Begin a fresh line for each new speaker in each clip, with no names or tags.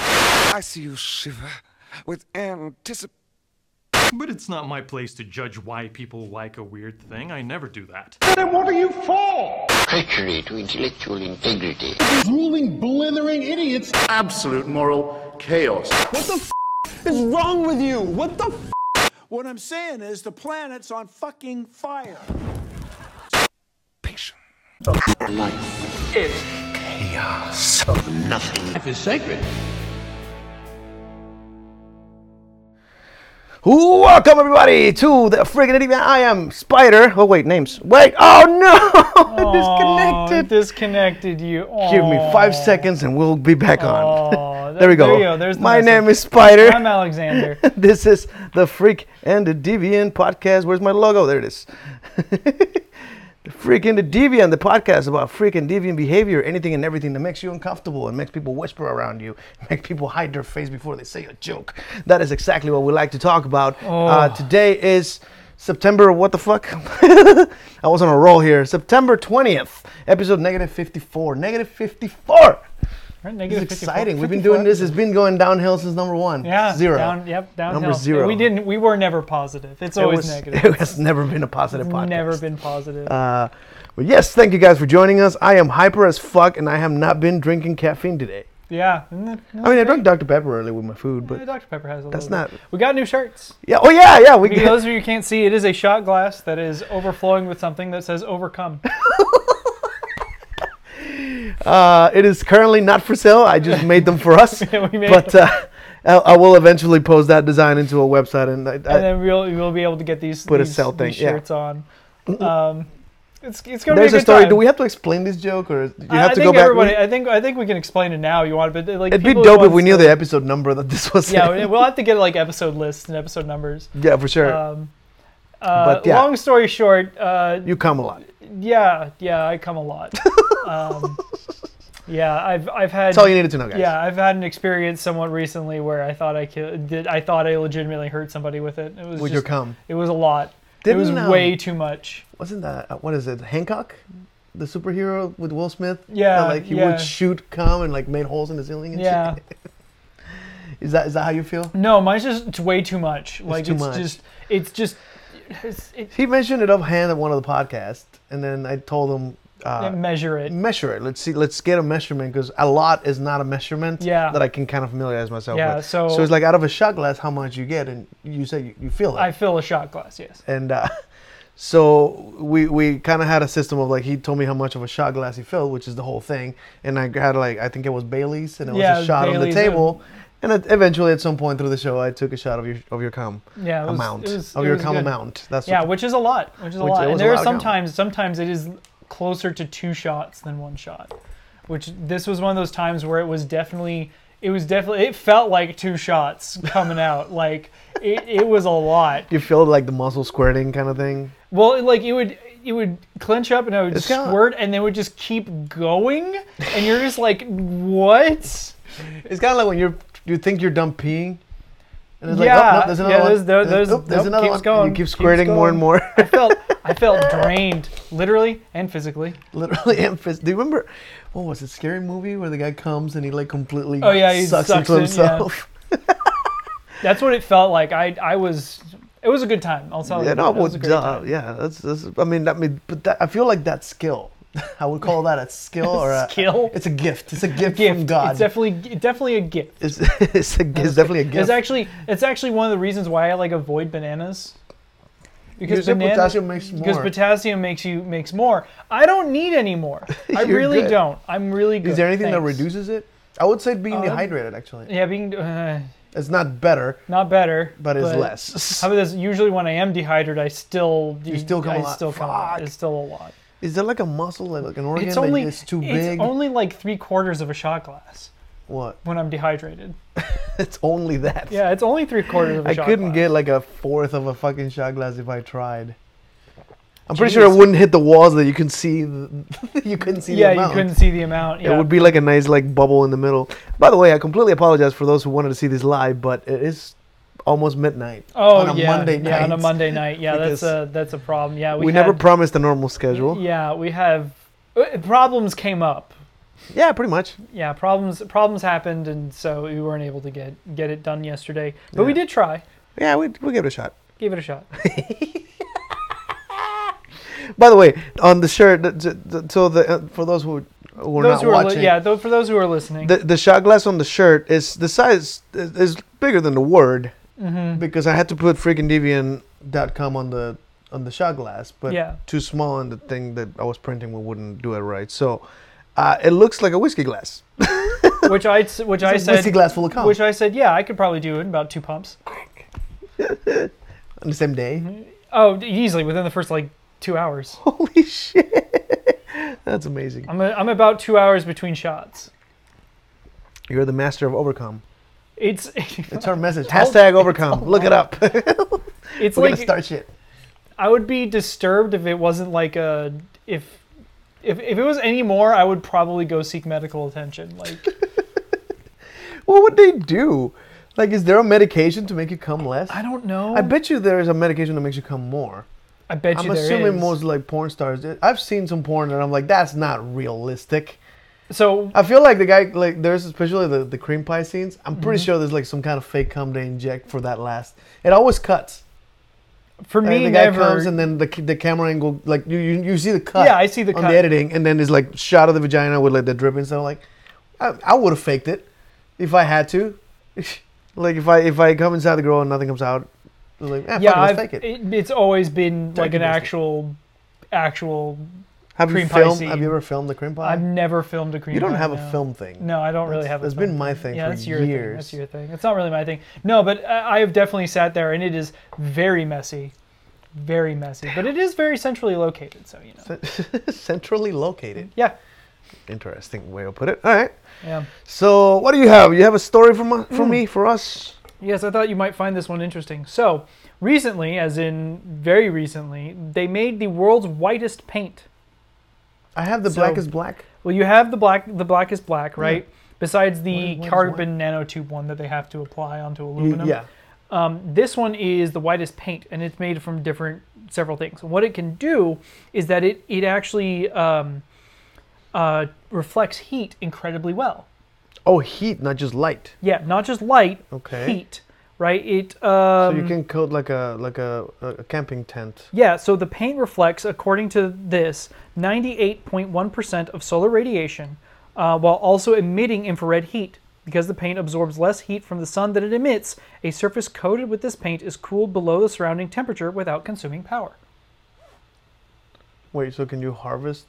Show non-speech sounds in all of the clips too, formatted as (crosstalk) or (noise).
I see you shiver with anticipation.
But it's not my place to judge why people like a weird thing. I never do that.
Then what are you for?
Treachery to intellectual integrity.
Drooling, blithering idiots.
absolute moral chaos.
What the f is wrong with you? What the f?
What I'm saying is the planet's on fucking fire.
Life
It
chaos of nothing.
is sacred.
Welcome everybody to the friggin' Idiot Man. I am Spider. Oh wait, names. Wait. Oh no! (laughs)
Aw,
Disconnected.
it disconnected you.
Give me
Aw.
five seconds and we'll be back
Aw,
on. (laughs)
that-
there we go.
there you go, there's the
My name
message.
is Spider.
I'm Alexander.
(laughs) this is the Freak and the Deviant podcast. Where's my logo? There it is. (laughs) the Freak and the Deviant, the podcast about freak and deviant behavior, anything and everything that makes you uncomfortable and makes people whisper around you, (laughs) make people hide their face before they say a joke. That is exactly what we like to talk about. Uh,
Oh.
today is September, what the fuck? (laughs) I was on a roll here. September 20th, episode negative 54. Negative 54!
Right,
This is
negative 54.
exciting. We've been doing this. It's been going downhill since number one.
Yeah.
Zero.
Down, yep. Down
Number zero.
We didn't. We were never positive. It's always
was- (laughs)
negative.
It has never been a positive podcast.
Never been positive.
Uh, but yes, thank you guys for joining us. I am hyper as fuck, and I have not been drinking caffeine today.
yeah. Isn't that-
I mean, I drank Dr Pepper earlier with my food,
Yeah,
but
Dr. Pepper has a
that's
little bit.
not-
We got new
(laughs)
shirts.
yeah. Oh yeah, yeah. We
For those of you who can't see, it is a shot glass that is overflowing with something that says "Overcome." (laughs)
uh, it is currently not for sale. I just made them for us,
(laughs) we made
but uh, I, I will eventually post that design into a website, and, I, I,
and then we'll we'll be able to get these
Put a
these,
sell thing,
these
yeah.
shirts on. Um, it's it's gonna
there's
be a,
a,
good
story.
Time.
Do we have to explain this joke, or do you
I-
have
I
to
think
go back?
everybody. I think I think we can explain it now. if You want, but like
It'd be
people who
dope if
wants
we knew
to-
the episode number that this was.
Yeah,
in.
we- we'll have to get like episode lists and episode numbers.
(laughs) yeah, for sure.
Um, uh,
But, yeah.
Long story short, uh,
you come a lot.
yeah, yeah, I come
(laughs)
a lot. um, yeah, I've I've had.
That's all you needed to know, guys.
Yeah, I've had an experience somewhat recently where I thought I ki- did. I thought I legitimately hurt somebody with it. It was
With
just,
your cum.
It was a lot. it was
Didn't, um,
way too much.
wasn't that uh, what is it Hancock, the superhero with Will Smith?
Yeah,
That, like he
yeah.
would shoot cum and like made holes in the ceiling and
Yeah.
shit. Is that is that how you feel?
No, mine's just it's way too much. Like
too
it's
much.
just it's just it's, it,
He mentioned it offhand at one of the podcasts, and then I told him
yeah,
uh,
measure it.
measure it. Let's see. Let's get a measurement because a lot is not a measurement.
Yeah.
That I can kind of familiarize myself
Yeah,
with.
so-
so it's like out of a shot glass, how much you get, and you say you, you feel it.
I fill a shot glass. Yes.
and uh, (laughs) so we we kind of had a system of like he told me how much of a shot glass he filled, which is the whole thing, and I had like I think it was Bailey's, and it was
Yeah, it
a
was
shot on the
Bailey's,
table, and it, eventually at some point through the show I took a shot of your of your cum
Yeah. It was,
amount
It was,
of
it
your
was
cum
good.
amount. That's
Yeah,
what,
which is a lot. Which is a
Which- it
lot.
was
And
a
there are
lot of cum.
sometimes sometimes it is closer to two shots than one shot. Which this was one of those times where it was definitely it was definitely it felt like two shots
(laughs)
coming out. Like it, it was a lot.
you feel like the muscle squirting kind of thing.
Well, it, like it would it would clench up and I would
It's kinda-
squirt and they would just keep going and you're just like what?
It's kind of like when you're you think you're done peeing. And it's
Yeah,
like, oh, no, there's another
yeah,
one.
there's- there-
and,
there's-
oop, there's
nope,
another
keeps
one.
going,
And you keep
keeps
squirting more and
going.
more. (laughs)
I felt I felt drained literally and physically.
Literally, and fist. Do you remember what was it? Scary movie where the guy comes and he like completely
Oh, yeah, he
sucks,
sucks
into
it, yeah.
himself.
(laughs) That's what it felt like. I I was it was a good time. I'll tell
Yeah,
you.
no,
Oh, that was
but,
a great
uh,
time.
yeah. That's, that's I mean, I mean, but that, I feel like that's skill. (laughs) I would call that a
(laughs)
skill or a
Skill?
It's a gift. It's a gift, from
Gift.
God.
It's definitely it's definitely a gift.
(laughs) it's, it's, a, it's definitely a gift.
It's actually it's actually one of the reasons why I like avoid bananas.
You said
banana-
potassium makes more.
Because potassium makes you makes more. I don't need
(laughs)
any more. I
You're
really
good.
don't. I'm really good.
Is there anything that
Thanks. Uh,
reduces it? I would say being dehydrated. Actually,
Yeah, being uh,
it's not better,
not better,
but it's less.
How about this? Usually, when I am dehydrated, I still
You still come
I
a lot.
still come a lot.
Fuck.
It's still a lot.
Is there like a muscle, like, like an organ
It's
that
only
is too
It's
big?
only like three quarters of a shot glass
what? (laughs)
when I'm dehydrated.
It's only that.
Yeah, it's only three quarters of a
I
shot
couldn't
glass.
get like a fourth of a fucking shot glass if I tried. I'm pretty sure
Jeez.
it wouldn't hit the walls that you can see. (laughs) th- you couldn't see.
Yeah,
the amount.
you couldn't see the amount. Yeah.
It would be like a nice like bubble in the middle. By the way, I completely apologize for those who wanted to see this live, but it is almost midnight
oh,
on a
yeah,
Monday night.
Yeah, on a Monday night. Yeah, that's
Because
a that's a problem. Yeah,
We,
we,
never
had-
promised a normal schedule.
Yeah, we have uh, problems came up.
Yeah, pretty much.
yeah, problems problems happened, and so we weren't able to get get it done yesterday. But we did try.
Yeah, we we give it a shot.
Give it a shot.
By the way, on the shirt, th- th- th- so the uh, for those who
(laughs)
who are
those
not
who are li-
watching,
yeah, though for those who are listening,
the the shot glass on the shirt is the size is, is bigger than the word
Mm-hmm.
because I had to put freakingdeviant.com on the on the shot glass, but
Yeah.
too small and the thing that I was printing wouldn't do it right. So uh, it looks like a whiskey glass.
which I s- which I
a
said
whiskey glass full of cum.
Which I said, yeah, I could probably do it in about two pumps.
on the same day.
Oh, d- easily within the first like two hours.
(laughs) Holy shit. That's amazing.
I'm a, I'm about two hours between shots.
You're the master of overcome.
It's (laughs)
It's our message. Hashtag overcome.
Oh
Look it up. We're (laughs)
it's
gonna
like
start shit.
I would be disturbed if it wasn't like a if if if it was any more, I would probably go seek medical attention.
(laughs)
Like
What would they do? Like, is there a medication to make you come less?
I don't know.
I bet you there is a medication that makes you come more.
I bet
I'm
you there
assuming
is.
most like porn stars. I've seen some porn and I'm like, that's not realistic.
So
I feel like the guy like there's especially the, the cream pie scenes. I'm pretty
Mm-hmm.
sure there's like some kind of fake cum they inject for that last. It always cuts.
for
Like,
me,
the guy
never.
comes and then the, the camera angle like you, you you see the cut.
Yeah, I see the
on
cut.
the editing, and then it's like shot of the vagina with like the dripping stuff. Like, I, I would have faked it if I had to. (laughs) like if I if I come inside the girl and nothing comes out, it's like eh,
yeah,
fuck it, let's
I've-
fake it.
it- it's always been like an
it, let's
actual, actual.
Have you
cream pie
filmed? Have
scene.
you ever filmed the cream pie?
I've never filmed a cream.
you don't
pie,
have
no.
a film thing.
No, I don't really
That's-
have. a
that's
film.
been my thing
Yeah,
for
that's your thing.
years.
That's your thing. It's not really my thing. No, but I I have definitely sat there and it is very messy, very messy. But it is very centrally located, so you know.
(laughs) Centrally located.
Yeah,
Interesting way to put it. All right.
yeah.
So what do you have? You have a story from us- for me for us?
Yes, I thought you might find this one interesting. So, recently, as in very recently, they made the world's whitest paint.
I have the
So-
black is black.
Well, you have the black, the black is black, right? Besides the
What- what is
carbon nanotube one that they have to apply onto aluminum.
Yeah.
This one is the whitest paint, and it's made from different several things. What it can do is that it it actually um, uh, reflects heat incredibly well.
Oh, heat, not just light.
Yeah, not just light,
Okay.
heat, right? It um,
So you can coat like a like a, a camping tent.
Yeah, so the paint reflects, according to this, 98.1% of solar radiation uh, while also emitting infrared heat. Because the paint absorbs less heat from the sun than it emits, a surface coated with this paint is cooled below the surrounding temperature without consuming power.
Wait, so can you harvest?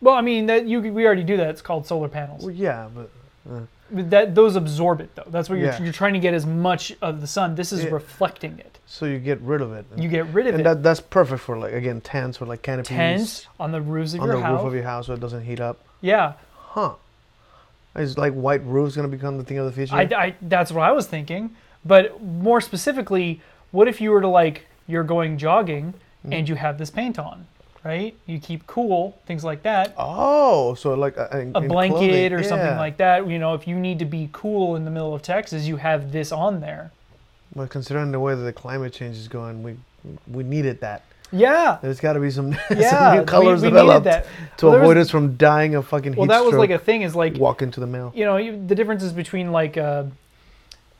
Well, I mean that you we already do that. It's called solar panels.
Well, yeah, but
That those absorb it though. That's what you're,
Yeah.
you're trying to get as much of the sun. This is reflecting it.
so you get rid of it. And,
You get rid of
and
it.
that that's perfect for like again tents or like canopies
Tents on the roofs of
on
your
the
house.
roof of your house so it doesn't heat up.
yeah,
Is like white roofs gonna become the thing of the future?
I, I- that's what I was thinking. But more specifically, what if you were to like you're going jogging
Mm-hmm.
and you have this paint on, right? You keep cool, things like that.
oh, so like a, a-
a
in
blanket
clothing,
or something
yeah.
like that. You know, if you need to be cool in the middle of Texas, you have this on there.
Well, considering the way that the climate change is going, we we needed that.
Yeah.
There's got to be some, (laughs)
Yeah,
some new
we-
colors
we needed
developed
that.
to
Well, there
avoid
was-
us from dying of fucking heat
Well, that was
stroke
like a thing. Is like
walking to the mail.
you know you, the differences between like uh,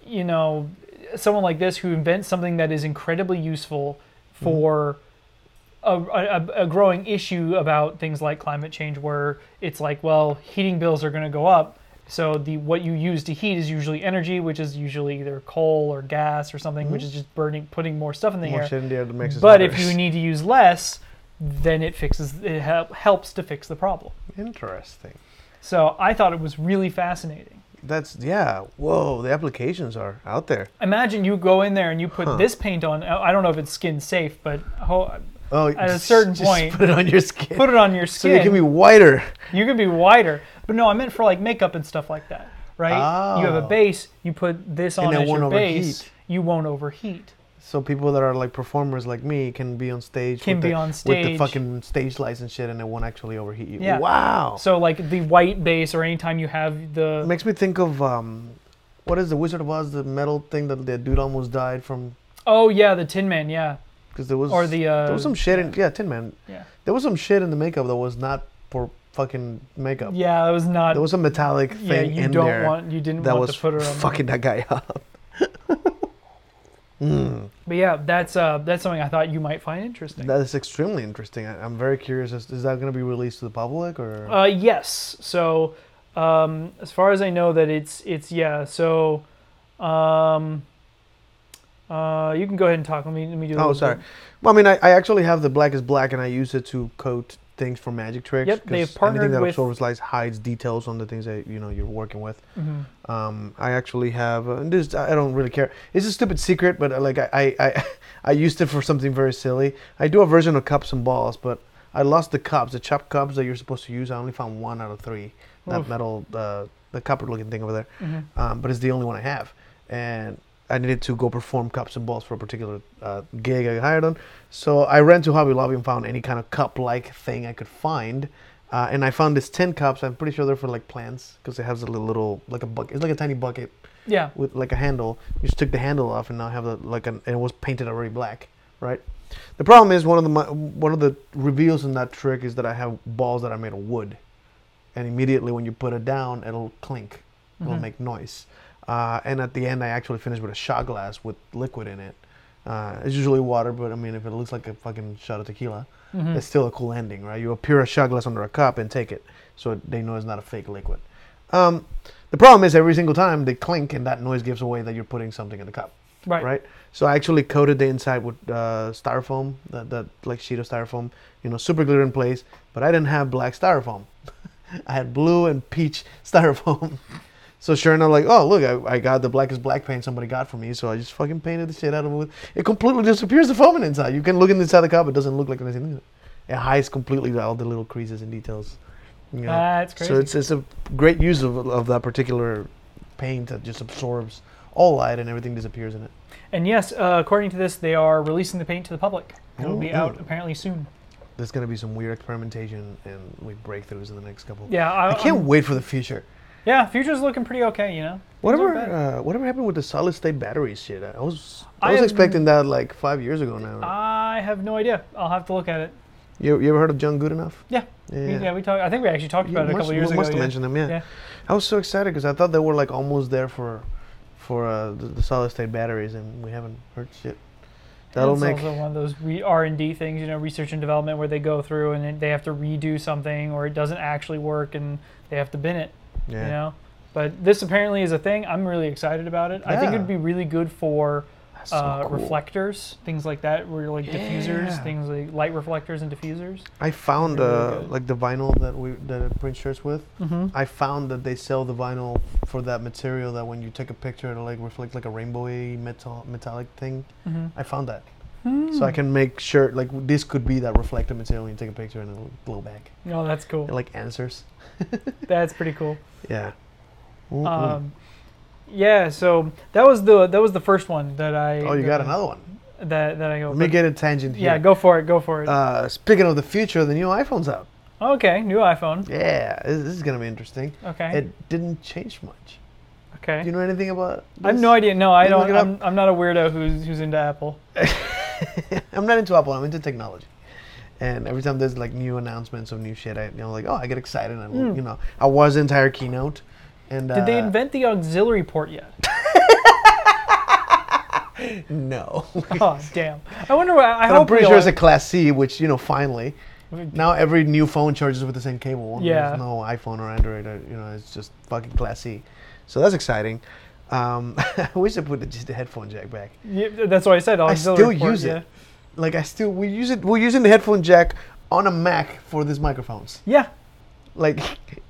you know someone like this who invents something that is incredibly useful
Mm-hmm.
for a, a, a growing issue about things like climate change where it's like well heating bills are going to go up so the what you use to heat is usually energy which is usually either coal or gas or something which is just burning putting more stuff in the
Mm-hmm. More
air
shit in the air that makes us
but if
nervous.
you need to use less then it fixes it hel- helps to fix the problem
Interesting.
so i thought it was really fascinating
That's yeah. Whoa, the applications are out there.
imagine you go in there and you put this paint on. I I don't know if it's skin safe, but ho-
Oh,
At a certain
(laughs) just
point,
put it on your skin.
(laughs) put it on your
(laughs) so
skin.
you can be whiter.
you can be whiter. But no, I meant for like makeup and stuff like that, right? You have a
Oh.
base. You put this on
it
as your
won't
base.
overheat.
You won't overheat.
So people that are like performers like me can be on stage.
Can
with
be
the,
on
with the
stage.
fucking stage lights and shit, and it won't actually overheat you.
Yeah.
Wow. So
So like the white base, or anytime you have the
makes me think of um, what is the Wizard of Oz? The metal thing that the dude almost died from
oh yeah, the Tin Man, yeah,
because there was
Or the,
there was
uh,
some shit in yeah Tin Man.
yeah.
There was some shit in the makeup that was not for fucking makeup.
Yeah, that was not.
There was a metallic thing
yeah, you
in
don't
there
want. You didn't
that
want
was
to put her on. there.
fucking that guy up.
But yeah, that's uh, that's something I thought you might find interesting.
That is extremely interesting. I, I'm very curious. Is, is that going to be released to the public or?
Uh, yes. So, um, as far as I know, that it's it's yeah. So, um, uh, you can go ahead and talk. Let me let me do. a
oh,
little
sorry.
bit.
Well, I mean, I, I actually have the black is black, and I use it to coat things for magic tricks.
Yep, they've
'cause
partnered
anything that
with-
absorbs light hides details on the things that you know you're working with.
Mm-hmm.
Um, I actually have. Uh, and this I don't really care. It's a stupid secret, but uh, like I I, (laughs) I I used it for something very silly. I do a version of cups and balls, but I lost the cups, the chopped cups that you're supposed to use. I only found one out of three. That metal, uh, the copper-looking thing over there,
Mm-hmm.
um, but it's the only one I have, and I needed to go perform cups and balls for a particular uh, gig I got hired on. So I ran to Hobby Lobby and found any kind of cup-like thing I could find. Uh, and I found these tin cups. I'm pretty sure they're for like plants because it has a little, little like a bucket. It's like a tiny bucket
Yeah.
with like a handle. You just took the handle off and now have the, like an and it was painted already black, right? The problem is one of the mi- one of the reveals in that trick is that I have balls that are made of wood, and immediately when you put it down, it'll clink, it'll make noise. Uh, and at the end, I actually finished with a shot glass with liquid in it. Uh, it's usually water, but I mean, if it looks like a fucking shot of tequila, it's still a cool ending, right? You appear a shot glass under a cup and take it, so they know it's not a fake liquid. Um, the problem is every single time they clink and that noise gives away that you're putting something in the cup.
Right.
So I actually coated the inside with uh, styrofoam, that, that like sheet of styrofoam, you know, super glue in place. But I didn't have black styrofoam. (laughs) I had blue and peach (laughs) styrofoam. so sure enough, like, oh look, I, I got the blackest black paint somebody got for me. So I just fucking painted the shit out of it. with- It completely disappears the foam in inside. You can look in inside the cup, it doesn't look like anything. in It It hides completely all the little creases and details. you know.
Ah, That's crazy.
So it's, it's a great use of, of that particular paint that just absorbs all light and everything disappears in it.
And yes, uh, according to this, they are releasing the paint to the public. It will be
Ooh.
out apparently soon.
There's gonna be some weird experimentation and like breakthroughs in the next couple.
Yeah, I-
I can't
I'm-
wait for the future.
Yeah, future's looking pretty okay. You know.
Whatever,
bad.
uh, whatever happened with the solid state battery shit? I was I,
I
was
have-
expecting that like five years ago now.
I have no idea. I'll have to look at it.
you, you ever heard of John Goodenough?
Yeah.
Yeah.
We, yeah, we talked. I think we actually talked
You
about it a
must-
couple years
we
ago.
Must have
yeah.
mentioned them, yeah.
Yeah.
I was so excited because I thought they were like almost there for, for uh, the, the solid state batteries, and we haven't heard shit. That'll
it's
make
also one of those re- R&D things, you know, research and development where they go through and then they have to redo something or it doesn't actually work and they have to bin it,
yeah.
you know. But this apparently is a thing. I'm really excited about it. I think
Yeah.
it'd be really good for
so
uh,
cool.
reflectors, things like that, where like diffusers,
Yeah.
things like light reflectors and diffusers.
I found
Really
uh,
good.
like the vinyl that we that I print shirts with.
Mm-hmm.
I found that they sell the vinyl for that material that when you take a picture it'll like reflect like a rainbowy metal metallic thing.
Mm-hmm.
I found that,
Hmm.
so I can make sure like this could be that reflective material when you take a picture and it'll glow back.
No, that's
It
cool.
like answers.
That's pretty cool.
Yeah. Mm-mm.
Um, yeah, so that was the that was the first one that I
oh, you
that,
got another one.
that that I go.
Let me
but-
get a tangent here.
yeah, go for it. Go for it.
Uh, speaking of the future, the new iPhone's out.
okay, new iPhone.
Yeah, this, this is gonna be interesting.
Okay.
It didn't change much.
okay.
Do you know anything about?
I have
this?
no idea. No, I
You look
don't.
it up?
I'm, I'm not a weirdo who's who's into Apple.
I'm not into Apple. I'm into technology. And every time there's like new announcements of new shit, I you know like oh I get excited. And I, You know I watched the entire keynote. And
Hmm. Did they
uh,
invent the auxiliary port yet?
No,
(laughs)
(laughs)
oh damn! I wonder. What,
but
I hope
I'm pretty
we
sure
all-
it's a Class C, which you know finally. Now every new phone charges with the same cable.
Yeah.
There's no iPhone or Android. Or, you know it's just fucking Class C. So that's exciting. Um, (laughs) I wish they put the, just the headphone jack back.
Yeah, that's what I said.
I
Auxiliary
still
port,
use
yeah.
it. Like I still we use it. We're using the headphone jack on a Mac for these microphones.
Yeah.
Like,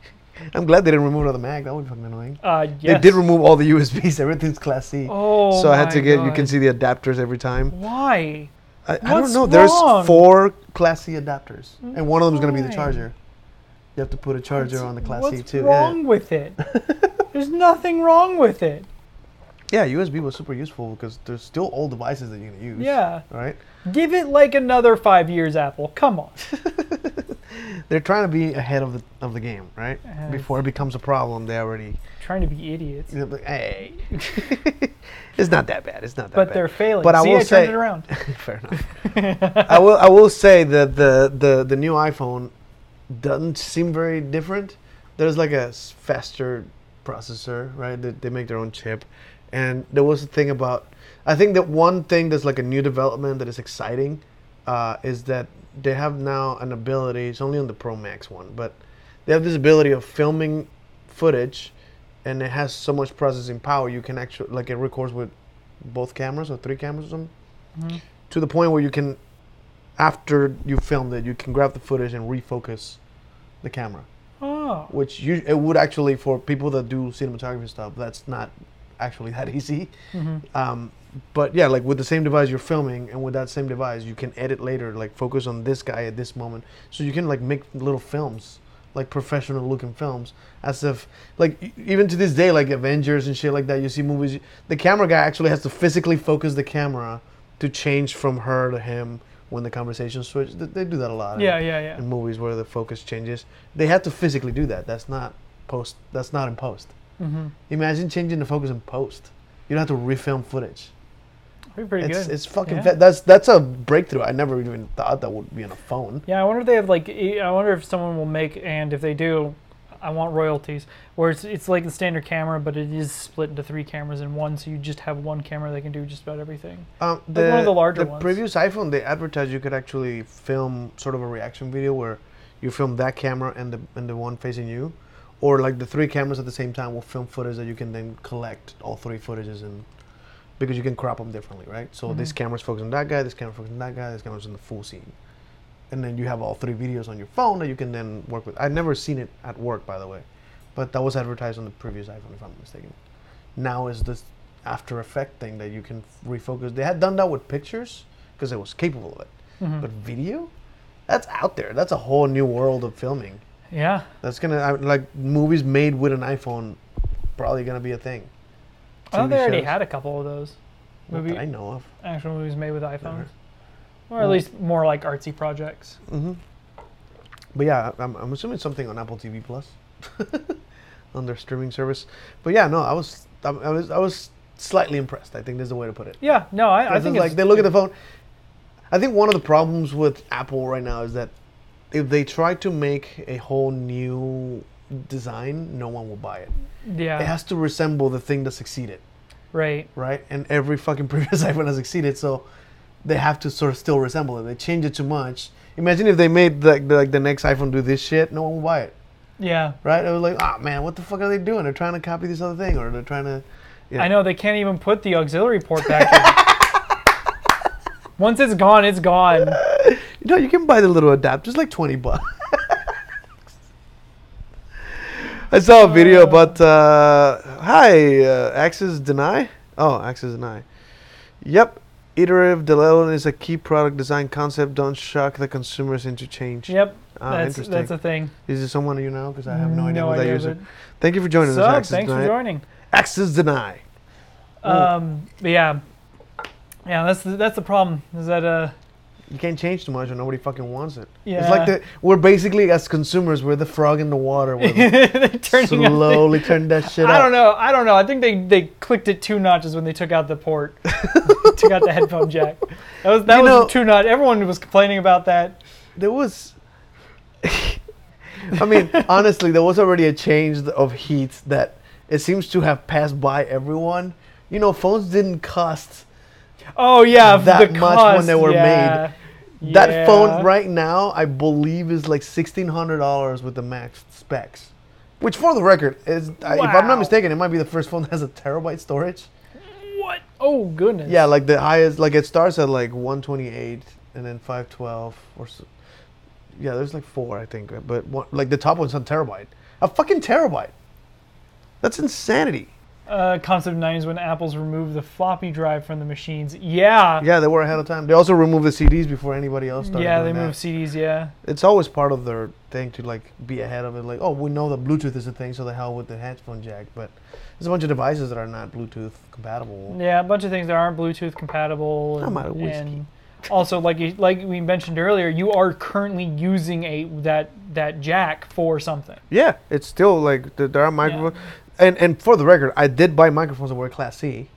(laughs) I'm glad they didn't remove it on the Mac. That would be fucking annoying.
Uh, yes.
They did remove all the USBs. (laughs) Everything's Class C.
Oh
so I had to
my
get. You
God.
can see the adapters every time.
Why?
I, I don't
What's
know.
wrong?
There's four Class C adapters, and one of them's gonna be the
Why?
charger. You have to put a charger on the Class C
What's
too.
wrong
(laughs)
with it? There's nothing wrong with it.
Yeah. yeah, USB was super useful because there's still old devices that you can use.
Yeah.
Right.
Give it like another five years, Apple. Come
(laughs)
on.
They're trying to be ahead of the of the game, right? Before it becomes a problem, they already.
trying to be idiots.
Hey, (laughs) it's not that bad. It's not that bad.
But they're failing.
But I
See,
will
I
say,
turned it (laughs) around.
Fair enough. I will. I will say that the the the new iPhone doesn't seem very different. There's like a s- faster processor, right? They, they make their own chip, and there was a thing about. I think that one thing that's like a new development that is exciting uh, is that they have now an ability. It's only on the Pro Max one, but they have this ability of filming footage, and it has so much processing power. You can actually like it records with both cameras or three cameras or something. To the point where you can after you filmed it, you can grab the footage and refocus the camera.
Oh,
Which you, it would actually, for people that do cinematography stuff, that's not actually (laughs) that easy.
Mm-hmm.
Um, but yeah, like with the same device you're filming, and with that same device, you can edit later, like focus on this guy at this moment. So you can like make little films, like professional looking films, as if, like, e- even to this day, like Avengers and shit like that, you see movies, the camera guy actually has to physically focus the camera to change from her to him when the conversation switch. They, they do that a lot.
Yeah,
in-
yeah, yeah.
In movies where the focus changes, they have to physically do that. That's not post. That's not in post.
Mm-hmm.
Imagine changing the focus in post. You don't have to refilm footage.
that'd be pretty
It's,
good.
it's fucking
Yeah.
fa- that's that's a breakthrough. I never even thought that would be on a phone.
Yeah, I wonder if they have like. e- I wonder if someone will make, and if they do, I want royalties. Where it's it's like the standard camera, but it is split into three cameras in one, so you just have one camera that can do just about everything.
Um,
Like one of the larger
the
ones.
previous iPhone, they advertised you could actually film sort of a reaction video where you film that camera and the and the one facing you, or like the three cameras at the same time will film footage that you can then collect all three footages and because you can crop them differently, right? So
Mm-hmm.
this camera's focused on that guy, this camera focused on that guy, this camera's on the full scene, and then you have all three videos on your phone that you can then work with. I've never seen it at work, by the way, but that was advertised on the previous iPhone, if I'm not mistaken now is this after effect thing that you can refocus they had done that with pictures because it was capable of it but video that's out there that's a whole new world of filming
Yeah,
that's gonna I- like movies made with an iphone probably gonna be a thing
I thought Oh, they
TV
already
shows.
had a couple of those.
Not
Movie,
that i Uh-huh. Mm. know of
actual movies made with iPhones, or at least more like artsy projects.
but yeah i'm, I'm assuming something on apple tv plus (laughs) on their streaming service but yeah no i was I, I was i was slightly impressed i think that's the way to put it
Yeah, no, I, I
it's
think it's,
like they look at the phone. I think one of the problems with Apple right now is that if they try to make a whole new design, no one will buy it.
yeah,
It has to resemble the thing that succeeded,
right.
right? And every fucking (laughs) previous iPhone has succeeded, so they have to sort of still resemble it. They change it too much. Imagine if they made the, the, like the next iPhone do this shit, no one will buy it,
Yeah,
right? It was like, ah man, what the fuck are they doing? They're trying to copy this other thing, or they're trying to.
I know they can't even put the auxiliary port back.
(laughs)
in. Once it's gone, it's gone.
No, you can buy the little adapters, like twenty bucks. (laughs) I saw a video about uh, hi uh, Access Deny. Oh, Access Deny. Yep, iterative development is a key product design concept. Don't shock the consumers into change.
Yep,
Ah,
that's
interesting.
that's a thing.
Is this someone you know? Because I have no idea
No
who that
idea,
user.
but-
Thank you for joining
So,
us, Access
thanks
Deny.
for joining. Um,
Access Deny.
But yeah, yeah, that's the, that's the problem. Is that uh, (laughs)
You can't change too much, or nobody fucking wants it. It's like
Yeah.
the we're basically as consumers, we're the frog in the water.
(laughs)
We're
they're turning out- (laughs)
slowly turn that shit.
I
up.
don't know. I don't know. I think they, they clicked it two notches when they took out
(laughs)
the port, took out the headphone jack. That was that
You
was
know-
two notch. Everyone was complaining about that.
there was (laughs) i mean honestly there was already a change of heat that it seems to have passed by everyone you know phones didn't cost
Oh yeah,
That
the
much when
cost,
they were made.
yeah.
that phone
Yeah.
right now i believe is like $1600 with the max specs which for the record is I if i'm
Wow.
not mistaken it might be the first phone that has a terabyte storage
What? Oh goodness.
yeah like the highest like it starts at like 128 and then 512 or so. yeah there's like four i think but one, like the top one's on terabyte a fucking terabyte that's insanity
Uh, concept nine is when Apple's removed the floppy drive from the machines. Yeah.
yeah they were ahead of time they also removed the cds before anybody else started
Yeah, they
doing that.
moved CDs. Yeah.
it's always part of their thing to like be ahead of it like oh we know that bluetooth is a thing so the hell with the headphone jack but there's a bunch of devices that are not bluetooth compatible
Yeah, a bunch of things that aren't Bluetooth compatible.
I'm
And,
out of whiskey.
and also, like you, like we mentioned earlier, you are currently using a that that jack for something.
Yeah, it's still like th- there are microphones, and and for the record, I did buy microphones that were Class C,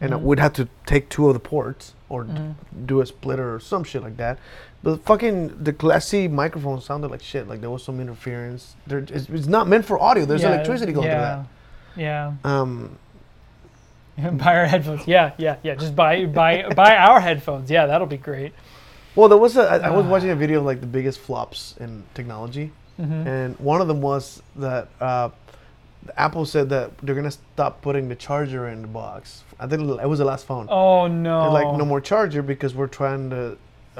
and
Mm-hmm.
uh, we'd have to take two of the ports or d- do a splitter or some shit like that. But fucking the Class C microphone sounded like shit. Like there was some interference. There, it's, it's not meant for audio. There's
Yeah,
electricity going
yeah,
through that. Um,
Yeah. (laughs) buy our headphones. Yeah, yeah, yeah. Just buy buy buy our headphones. Yeah, that'll be great.
well, there was a. I, I
Ah.
was watching a video of like the biggest flops in technology,
Mm-hmm.
and one of them was that uh, Apple said that they're gonna stop putting the charger in the box. I think it was the last phone.
Oh no.
They're like no more charger because we're trying to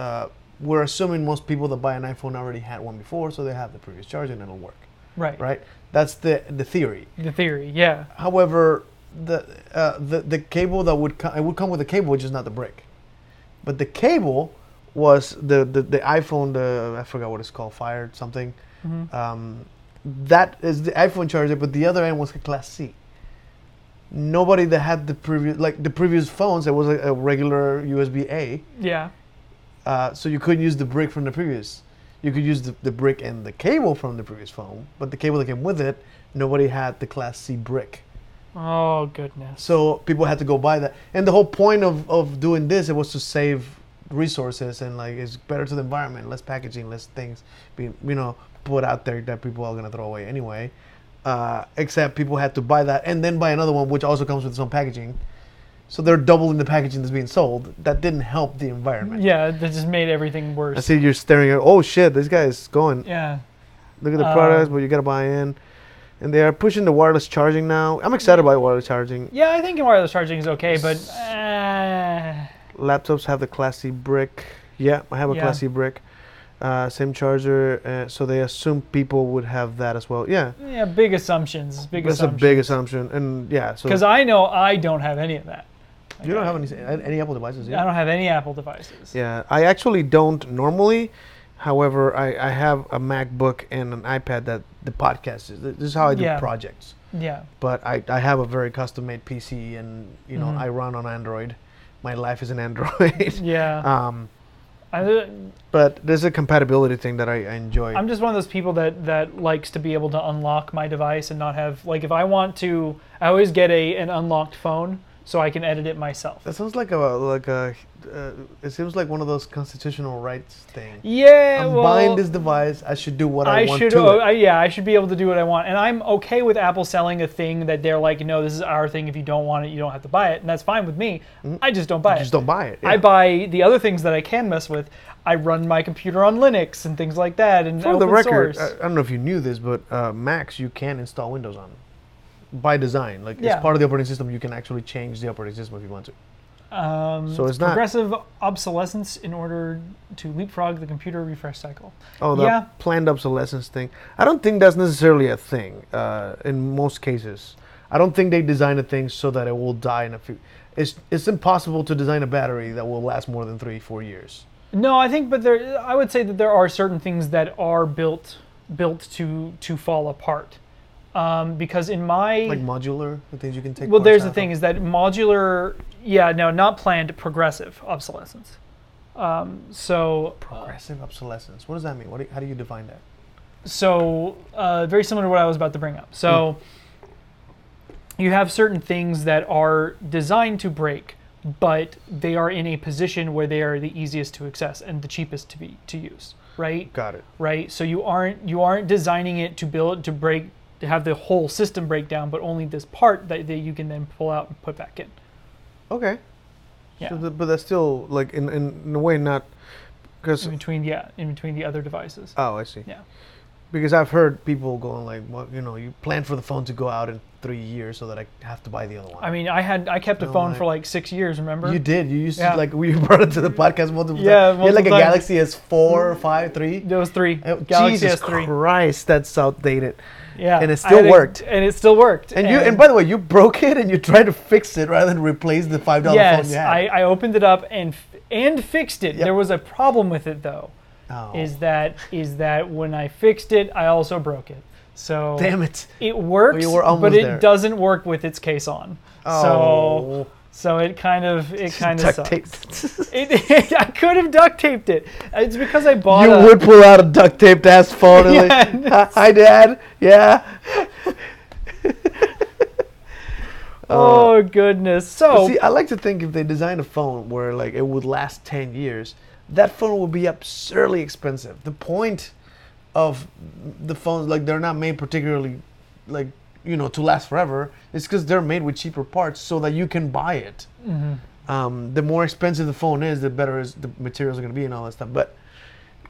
uh, we're assuming most people that buy an iphone already had one before so they have the previous charger and it'll work
Right.
right that's the the theory
The theory. Yeah.
however the uh, the, the cable that would come it would come with a cable just not the brick but the cable was the the, the iphone the i forgot what it's called fired something um, that is the iphone charger but the other end was a class c nobody that had the previous like the previous phones it was a, a regular usb a
Yeah.
uh, so you couldn't use the brick from the previous. You could use the, the brick and the cable from the previous phone, but the cable that came with it, nobody had the Class C brick.
Oh goodness.
So people had to go buy that. And the whole point of, of doing this, it was to save resources and like it's better to the environment, less packaging, less things being, you know, put out there that people are gonna throw away anyway. Uh, except people had to buy that and then buy another one, which also comes with its own packaging. So they're doubling the packaging that's being sold. That didn't help the environment.
Yeah, that just made everything worse.
I see you're staring at. Oh shit! This guy is going.
Yeah.
Look at the
Uh,
products, but you gotta buy in. And they are pushing the wireless charging now. I'm excited about wireless charging.
Yeah, I think wireless charging is okay, but uh,
Laptops have the classy brick. Yeah, I have a
Yeah.
classy brick. Uh, same charger, uh, so they assume people would have that as well. Yeah,
yeah, big assumptions. Big
that's a
assumptions.
big assumption. And yeah, so
Because I know I don't have any of that.
you don't have any any Apple devices.
I don't have any Apple devices.
Yeah, I actually don't normally. However, I, I have a MacBook and an iPad that the podcast is. This is how I do
Yeah.
projects.
Yeah.
but I, I have a very custom made PC and you know
Mm-hmm.
I run on Android. My life is an Android. (laughs)
Yeah.
um,
I,
but there's a compatibility thing that I, I enjoy.
I'm just one of those people that that likes to be able to unlock my device and not have like if I want to, I always get a an unlocked phone so I can edit it myself.
that sounds like a like a uh, it seems like one of those constitutional rights thing.
Yeah.
I'm
well,
buying this device. I should do what I,
I
want
should,
to.
oh,
it.
I, yeah, I should be able to do what I want, and I'm okay with Apple selling a thing that they're like, no, this is our thing. If you don't want it, you don't have to buy it, and that's fine with me. I just don't buy it.
Mm-hmm. just don't buy it.
I
yeah.
buy the other things that I can mess with. I run my computer on Linux and things like that, and
For the
open
record, I,
source.
I don't know if you knew this, but uh, Macs you can install Windows on by design. Like
Yeah.
it's part of the operating system. You can actually change the operating system if you want to. Um, so it's not.
Progressive obsolescence in order to leapfrog the computer refresh cycle.
Oh, the
Yeah.
planned obsolescence thing. I don't think that's necessarily a thing uh, in most cases. I don't think they design a thing so that it will die in a few. It's it's impossible to design a battery that will last more than three four years.
No, I think, but there, I would say that there are certain things that are built built to to fall apart, um, because in my
Like modular, the things you can take.
well,
parts
there's
out
the
of.
thing is that modular, yeah, no, not planned, progressive obsolescence. Um, so
Progressive obsolescence. What does that mean? What do you- how do you define that?
so uh, very similar to what I was about to bring up. So
Hmm.
you have certain things that are designed to break, but they are in a position where they are the easiest to access and the cheapest to be to use, right?
Got it.
Right? So you aren't you aren't designing it to build to break to have the whole system break down, but only this part that, that you can then pull out and put back in.
Okay.
Yeah.
So the- but that's still like in in, in a way not because
in between, yeah, in between the other devices.
oh I see.
Yeah.
Because I've heard people going like, well, you know, you plan for the phone to go out in three years so that I have to buy the other one.
I mean, I had I kept a
No,
phone
I-
for like six years. Remember?
You did. You used
Yeah.
to like we (laughs) brought it to the podcast multiple
Yeah,
times. You had like a
multiple times.
Galaxy S4, 5, 3.
There was three.
Oh,
Galaxy
Jesus
S3.
Christ, that's outdated.
Yeah,
And it
I
still
had a-
worked.
and it still worked.
And, you and by the way, you broke it and you tried to fix it rather than replace the five dollar phone
yes,
you had.
I, I opened it up and f- and fixed it.
Yep.
There was a problem with it though.
Oh,
Is that is that when I fixed it, I also broke it. So
damn it.
it
We
works,
were
but
almost
it
there.
doesn't work with its case on. So
Oh.
so it kind of
(laughs)
it kind of
Duct
sucks.
tape.
(laughs) It, I could have duct taped it. It's because I bought.
you
a,
would pull out a duct taped ass phone
(laughs)
and like, (laughs) hi dad, yeah.
Oh Oh goodness. So
Uh, See, I like to think if they designed a phone where like it would last 10 years, that phone would be absurdly expensive. The point of the phones, like they're not made particularly, like you know, to last forever. It's because they're made with cheaper parts so that you can buy it. Um, the more expensive the phone is, the better is the materials are going to be and all that stuff. But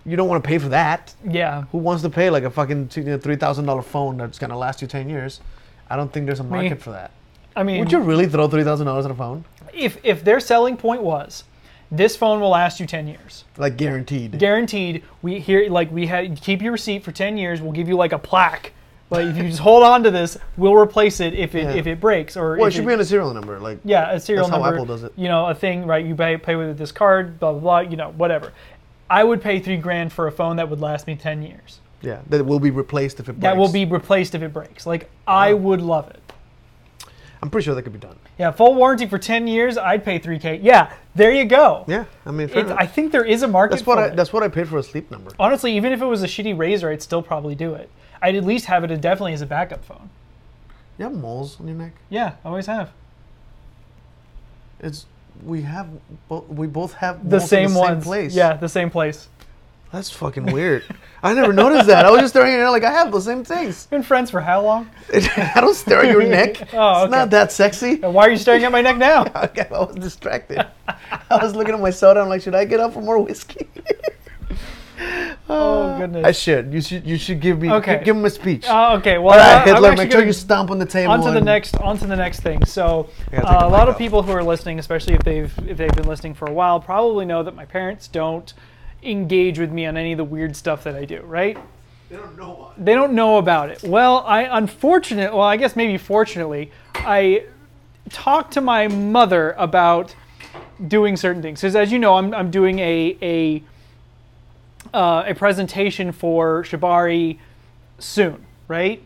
you don't want to pay for that.
yeah,
Who wants to pay like a fucking two- you know, three thousand dollar phone that's going to last you 10 years? I don't think there's a market for that.
I mean,
Would you really throw three thousand dollars on a phone?
if if their selling point was, this phone will last you ten years,
Like guaranteed.
guaranteed. We here like we had keep your receipt for ten years. We'll give you like a plaque. Like if you just hold on to this, we'll replace it if it
Yeah.
if it breaks or
well, it
if
should
it-
be on a serial number. Like
yeah a serial
That's how
number.
Apple does it.
You know a thing right? You pay pay with this card, blah blah blah. You know whatever. I would pay three grand for a phone that would last me ten years.
yeah, that will be replaced if it. Breaks.
That will be replaced if it breaks. Like I would love it.
I'm pretty sure that could be done.
Yeah, full warranty for ten years. I'd pay three k. Yeah, there you go.
Yeah, I mean, fair
It's,
enough.
I think there is a market.
that's what
for
I,
it.
that's what I paid for a sleep number.
honestly, even if it was a shitty razor, I'd still probably do it. I'd at least have it as definitely as a backup phone.
You have moles on your neck.
Yeah, I always have
It's we have bo- we both have
the
moles
same
in the Same
ones.
place.
Yeah, the same place.
that's fucking weird. (laughs) I never noticed that. I was just staring at it like I have the same things. (laughs)
Been friends for how long?
I don't stare at your neck.
(laughs) Oh,
It's not
okay.
that sexy. (laughs)
And why are you staring at my neck now?
Okay, I was distracted. I was looking at my soda. I'm like, should I get up for more whiskey? (laughs)
Oh
I
goodness.
should. You should. You should give me.
Okay.
gi- Give him a speech.
Oh, okay. Well,
All
I-
right,
I'm
Hitler.
actually
Make sure
gonna-
you stomp on the table.
on to the
and-
next on to the next thing so
gotta
uh,
take
a
the
lot
mic
of
out.
people who are listening especially if they've if they've been listening for a while probably know that my parents don't engage with me on any of the weird stuff that i do right they don't know about it. Well, I unfortunately, well, I guess maybe fortunately, I talked to my mother about doing certain things. Because as you know, I'm, I'm doing a a uh, a presentation for Shibari soon, right?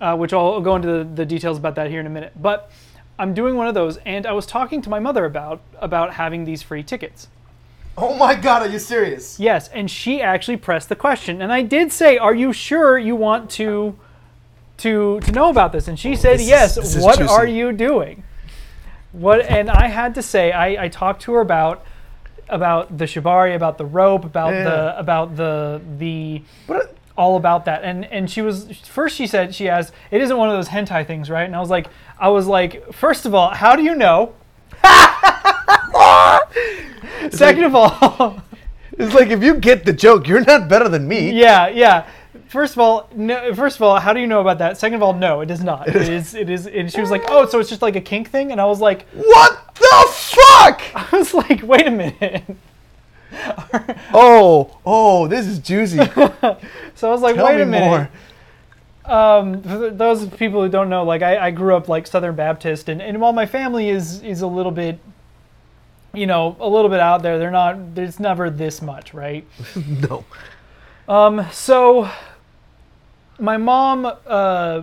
Uh, which I'll go into the, the details about that here in a minute. But I'm doing one of those, and I was talking to my mother about about having these free tickets.
Oh my God! Are you serious?
Yes, and she actually pressed the question, and I did say, "Are you sure you want to, to to know about this?" And she said,
is-
"Yes."
Oh, this is
what
juicy.
are you doing? What? And I had to say, I, I talked to her about about the shibari, about the rope, about
Yeah.
the about the the
But
all about that. And and she was first she said she asked, "It isn't one of those hentai things, right?" And I was like, I was like, first of all, how do
(laughs)
you know? (laughs) Second of all.
it's like if you get the joke, you're not better than me.
Yeah, yeah. First of all, no, first of all, how do you know about that? Second of all, no, it does not. It is, it is. And she was like, "Oh, so it's just like a kink thing," and I was like, (laughs)
What the fuck?
"I was like, wait a minute."
Oh, oh, this is
(laughs)
juicy. (laughs) Tell
So I was like, "Wait
me
a minute." Um,
more.
For th- those people who don't know, like I, I grew up like Southern Baptist, and, and while my family is is a little bit, you know, a little bit out there, they're not. It's never this much, right? Um,
No.
so my mom uh,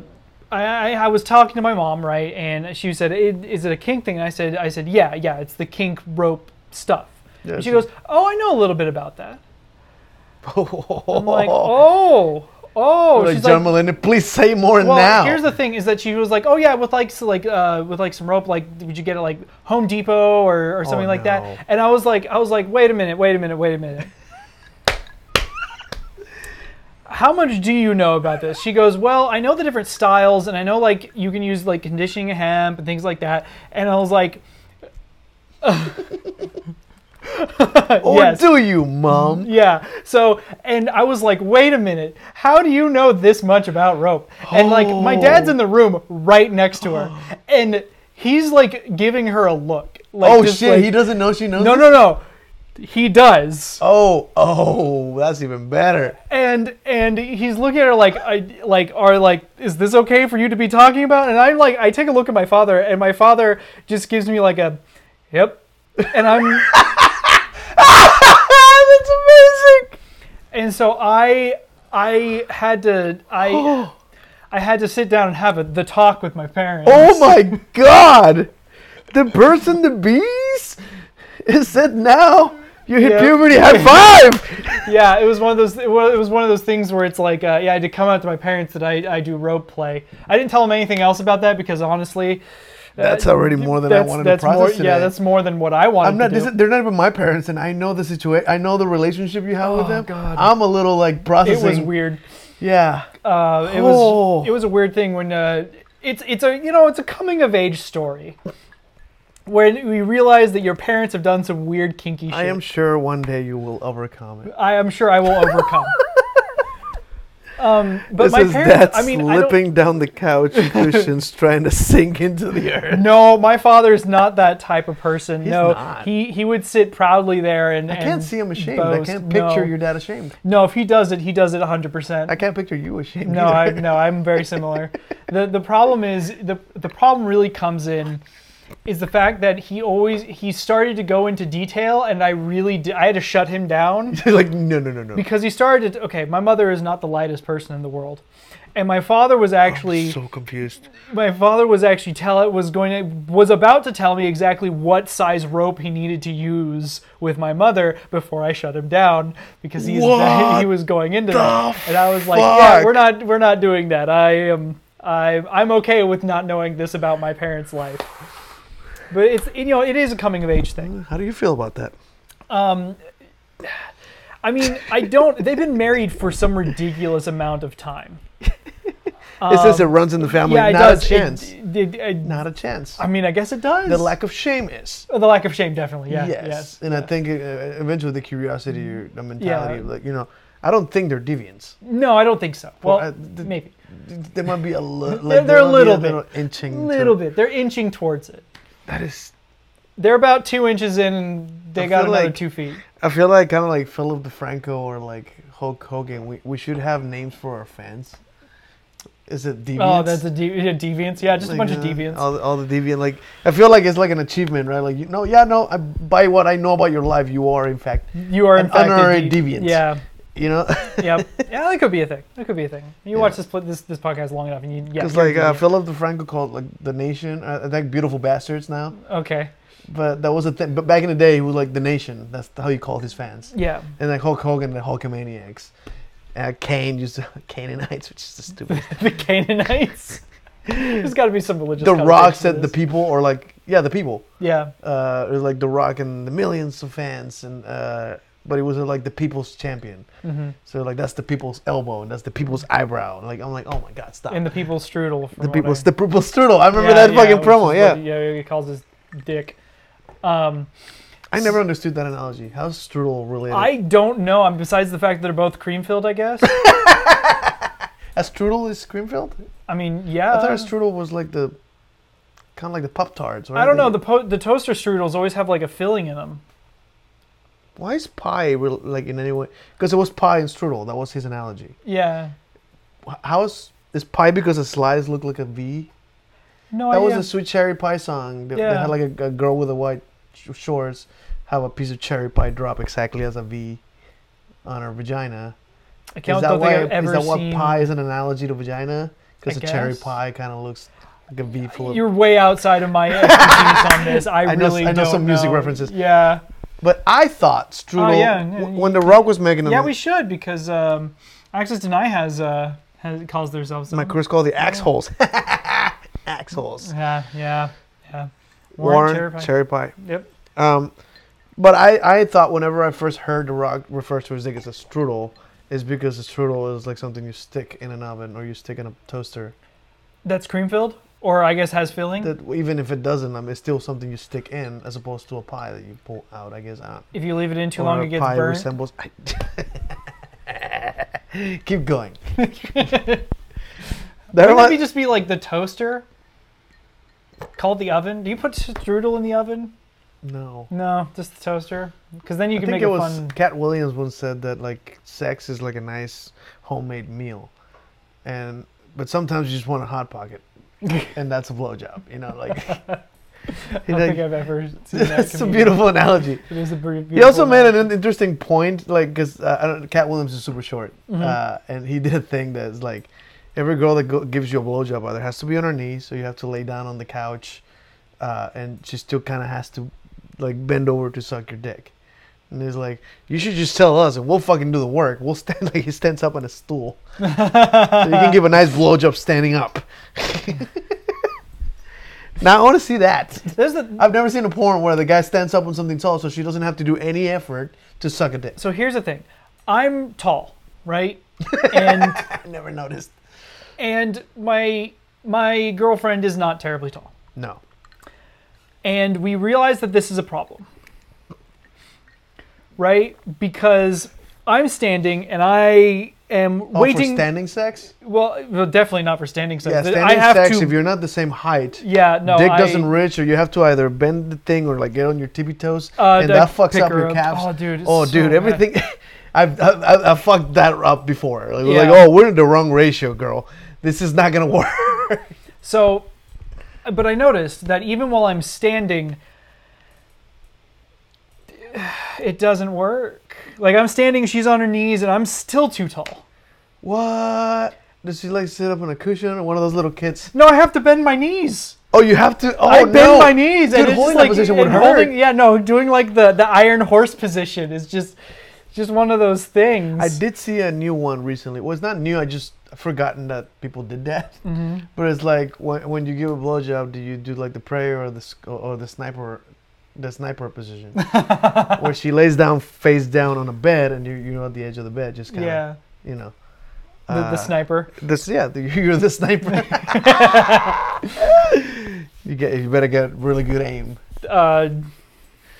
I, I I was talking to my mom right and she said "I- is it a kink thing and i said i said yeah yeah it's the kink rope stuff and she
it's-
goes oh i know a little bit about that
I'm
I'm like oh oh she's like,
John Mulaney, please say more
well,
now.
here's the thing: is that she was like, "Oh yeah, with like s- like uh, with like some rope, like would you get it like Home Depot or, or something like
Oh, no.
that?" And I was like, I was like, "Wait a minute, wait a minute, wait a minute." How much do you know about this? She goes, "Well, I know the different styles, and I know like you can use like conditioning hemp and things like that." And I was like, (laughs)
or
yes. Mm,
do you, mom?
Yeah. So, and I was like, wait a minute, how do you know this much about rope? And like, my dad's in the room right next
(gasps)
to her, and he's like giving her a look. Like,
oh
just,
shit,
like-
he doesn't know she knows.
No,
this?
no, no. He does,
Oh, oh, that's even better.
and and he's looking at her like, I like, are like, is this okay for you to be talking about? And I'm like, I take a look at my father, and my father just gives me like a, yep,
(laughs)
and I'm.
that's amazing.
and so I I had to
(gasps)
I I had to sit down and have a, the talk with my parents.
Oh my god! The birds and the bees? (laughs) Is it now? You hit
Yeah.
puberty, high five!
Yeah, it was one of those it wa- it was one of those things where it's like uh, yeah I had to come out to my parents that I I do rope play. I didn't tell them anything else about that because honestly. uh,
That's already more than I wanted to
that's
process
more,
today.
Yeah, that's more than what I wanted
I'm not.
to
This
do.
is, they're not even my parents, and I know the situation. I know the relationship you have with them.
Oh, God.
I'm a little like
it
processing.
was weird.
Yeah.
Uh, it
Oh.
was it was a weird thing when uh, it's it's a you know it's a coming of age story when we realize that your parents have done some weird kinky shit.
I am sure one day you will overcome it.
I am sure I
(laughs)
will overcome. um, but
This
my
is
parents.
that
I mean, I don't-
slipping down the couch,
(laughs)
Christians trying to sink into the earth.
no, my father is not that type of person. no,
not.
he he would sit proudly there and
I can't
and
see him ashamed. I
boast.
can't picture
No.
your dad ashamed.
No, if he does it, he does it 100. percent
I can't picture you ashamed.
No, I,
either. (laughs)
no, I'm very similar. the The problem is the the problem really comes in is the fact that he always he started to go into detail, and I really did, I had to shut him down
like no, no, no, no.
because he started. To, okay, my mother is not the lightest person in the world, and my father was actually
so confused.
my father was actually tell it was going to was about to tell me exactly what size rope he needed to use with my mother before I shut him down because he's (laughs)
What
he was going into
the
that and I was like yeah
fuck?
we're not we're not doing that I am I I'm okay with not knowing this about my parents' life but it's you know it is a coming of age thing
How do you feel about that?
I mean I don't they've been married for some ridiculous amount of time
it says it runs in the family.
Um, yeah it
not
does
a
It-
chance.
it- it- I-
not a chance.
I mean I guess it does
the lack of shame is.
the lack of shame definitely yeah
yes.
yes
And I think uh, eventually the curiosity or the mentality,
Yeah.
of like you know, I don't think they're deviants.
No, I don't think so. Well,
uh, th-
maybe
They might
(laughs)
be a little.
They're- they're a little bit. a
inching.
little
to,
bit. They're inching towards it.
That is.
They're about two inches in. and They
I
got
feel
another
like-
two feet.
I feel like kind of like Philip DeFranco or like Hulk Hogan. We, we should have names for our fans. Is it deviants?
Oh, that's a, de- yeah, deviants. Yeah, just a
Like,
bunch of
uh,
deviants.
All, the- all the deviant. Like I feel like it's like an achievement, right? Like you know, yeah, no. I, by what I know about your life, you are in fact.
you are in
an
fact
honorary
a de-
deviant. (laughs)
Yeah,
You know.
yep. yeah, that could be a thing. That could be a thing. You watch this pl- this this podcast long enough, and you yeah.
Because
you're a
like uh,
deviant.
Philip DeFranco called like the Nation, uh, I think Beautiful Bastards now,
okay,
but that was a thing. But back in the day, he was like the Nation. That's how he called his fans.
yeah. (laughs)
And like Hulk Hogan and Hulkamaniacs, uh, Kane used to, (laughs) Canaanites, which is the
(laughs)
stupid.
The Canaanites. (laughs) There's got to be some religious.
the Rock
connotation to
said the
this.
people, or like yeah, the people,
Yeah,
uh, or like the Rock and the millions of fans, and uh, but he was uh, like the people's champion.
Mm-hmm.
So like that's the people's elbow and that's the people's eyebrow. And, like I'm like oh my god, stop.
and the people's strudel. from
the
what
people's
I-
the people's turtle. I remember
Yeah,
that
yeah,
fucking
which is
promo.
what-
Yeah.
yeah. He calls his dick. Um,
I never understood that analogy. How's strudel related?
I don't know. I'm besides the fact that they're both cream filled, I
(laughs)
guess.
a strudel is Greenfield?
I mean, yeah.
I thought a strudel was like the kind of like the pop tarts. Right?
I don't know.
They-
The po- the toaster strudels always have like a filling in them.
why is pie rel- like in any way? Because it was pie and strudel. That was his analogy.
Yeah.
Wh- How is is pie because the slides look like a V?
No
That was
idea.
a sweet cherry pie song. They, they
Oh, Yeah.
had like a, a girl with a white sh- shorts have a piece of cherry pie drop exactly as a V on her vagina.
I
Is
can't
that
think
why?
I've
Is
ever
that why
seen.
pie is an analogy to vagina? Because
I
a cherry
guess.
pie kind of looks like a V full of.
You're way outside of
(laughs)
my expertise on this. I,
I know s-
really
I know
don't
some music
know.
references.
Yeah.
But I thought strudel
Oh, yeah, yeah,
w- when the rock was making them.
Yeah, we should because um, Access Deny has uh has calls themselves.
my
that.
Chris called the axe (laughs) holes. axe holes.
Yeah. Yeah. Yeah. Warren
Warren
Cherry Pie.
cherry pie.
Yep.
Um, but I, I thought whenever I first heard the rock refer to his dick as a strudel, is because a strudel is like something you stick in an oven or you stick in a toaster.
That's cream filled, or I guess has filling.
That even if it doesn't, I mean, it's still something you stick in as opposed to a pie that you pull out. I guess. I don't-
if you leave it in too
or
long,
a
it gets
pie
burnt.
resembles. (laughs) Keep going. That
Wouldn't it
remi-
maybe just be like the toaster called the oven. Do you put strudel in the oven?
no.
No, just the toaster. Because then you
I
can
think
make
it
a
was (laughs)
fun.
Cat Williams once said that like sex is like a nice homemade meal, and but sometimes you just want a hot
(laughs)
pocket, and that's a blowjob. You know, like,
I don't think
(laughs)
I've ever seen that.
that's a
comedian.
beautiful analogy.
It is a br- beautiful.
He also made an interesting point, like because uh, I don't- Cat Williams is super short, uh, and he did a thing that's like every girl that go- gives you a blowjob either has to be on her knees, so you have to lay down on the couch, uh, and she still kind of has to like bend over to suck your dick. And he's like, "You should just tell us, and we'll fucking do the work. We'll stand (laughs) like he stands up on a stool, so you can give a nice blowjob standing up." (laughs) Now I want to see that.
There's the
I've never seen a porn where the guy stands up on something tall, so she doesn't have to do any effort to suck a dick.
so here's the thing. I'm tall,
(laughs)
right? And
I never noticed.
and my my girlfriend is not terribly tall.
No.
and we realize that this is a problem right because i'm standing and i am
Oh,
waiting
for standing sex.
well, well, definitely not for standing sex
Yeah,
But
standing
i have
sex.
to
If you're not the same height,
yeah no
dick
I,
doesn't reach, or you have to either bend the thing or like get on your tippy toes,
Uh,
and
the
that fucks
pick
up
her
your
up.
calves.
Oh, dude, it's
Oh,
so
dude,
bad.
everything. (laughs) I've, I've- I've I've fucked that up before. Like, we're like,
Yeah.
oh, we're in the wrong ratio, girl. This is not gonna (laughs) work.
so but i noticed that even while i'm standing it doesn't work like i'm standing she's on her knees and i'm still too tall
what? Does she like sit up on a cushion or one of those little kids?
no i have to bend my knees
Oh, you have to. Oh,
I
no.
bend my knees
Dude,
and it's
holding
just
that
like
position would
and
hurt.
holding. Yeah, no, doing like the the iron horse position is just just one of those things.
I did see a new one recently. Well, it's not new. I just forgotten that people did that.
Mm-hmm.
(laughs) But it's like when, when you give a blowjob, do you do like the prayer or the s- or the sniper, the sniper
(laughs)
position, where she lays down face down on a bed and you're you're on the edge of the bed, just kind of
Yeah,
you know
the,
Uh,
the sniper.
this yeah the, (laughs) you're the
(laughs)
sniper. you get you better get really good aim.
Uh,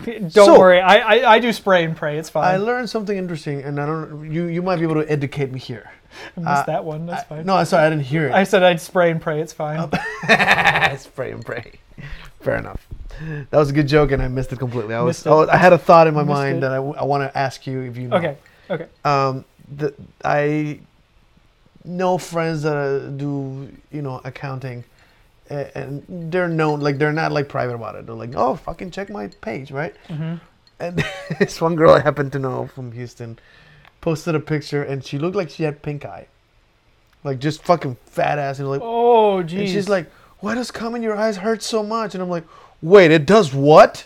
don't
So-
worry, I, I I do spray and pray. It's
I
fine.
learned something interesting, and I don't you you might be able to educate me here.
I missed that one. That's fine.
No, sorry, uh, I didn't hear it.
I said I'd spray and pray. It's fine.
(laughs) spray and pray. Fair enough. That was a good joke, and I missed it completely. I was,
Missed it.
I, was- I had a thought in my
Missed
mind
it.
that I, want to ask you if you know.
(laughs) okay. Okay.
Um, the, I know friends that uh, do you know accounting, a- and they're known like they're not like private about it. They're like, oh, fucking check my page, right?
Mm-hmm.
And (laughs) this one girl I happen to know from Houston posted a picture, and she looked like she had pink eye, like just fucking fat ass, and like,
Oh, geez.
and she's like, "Why does cum in your eyes hurt so much?" And I'm like, "Wait, it does what?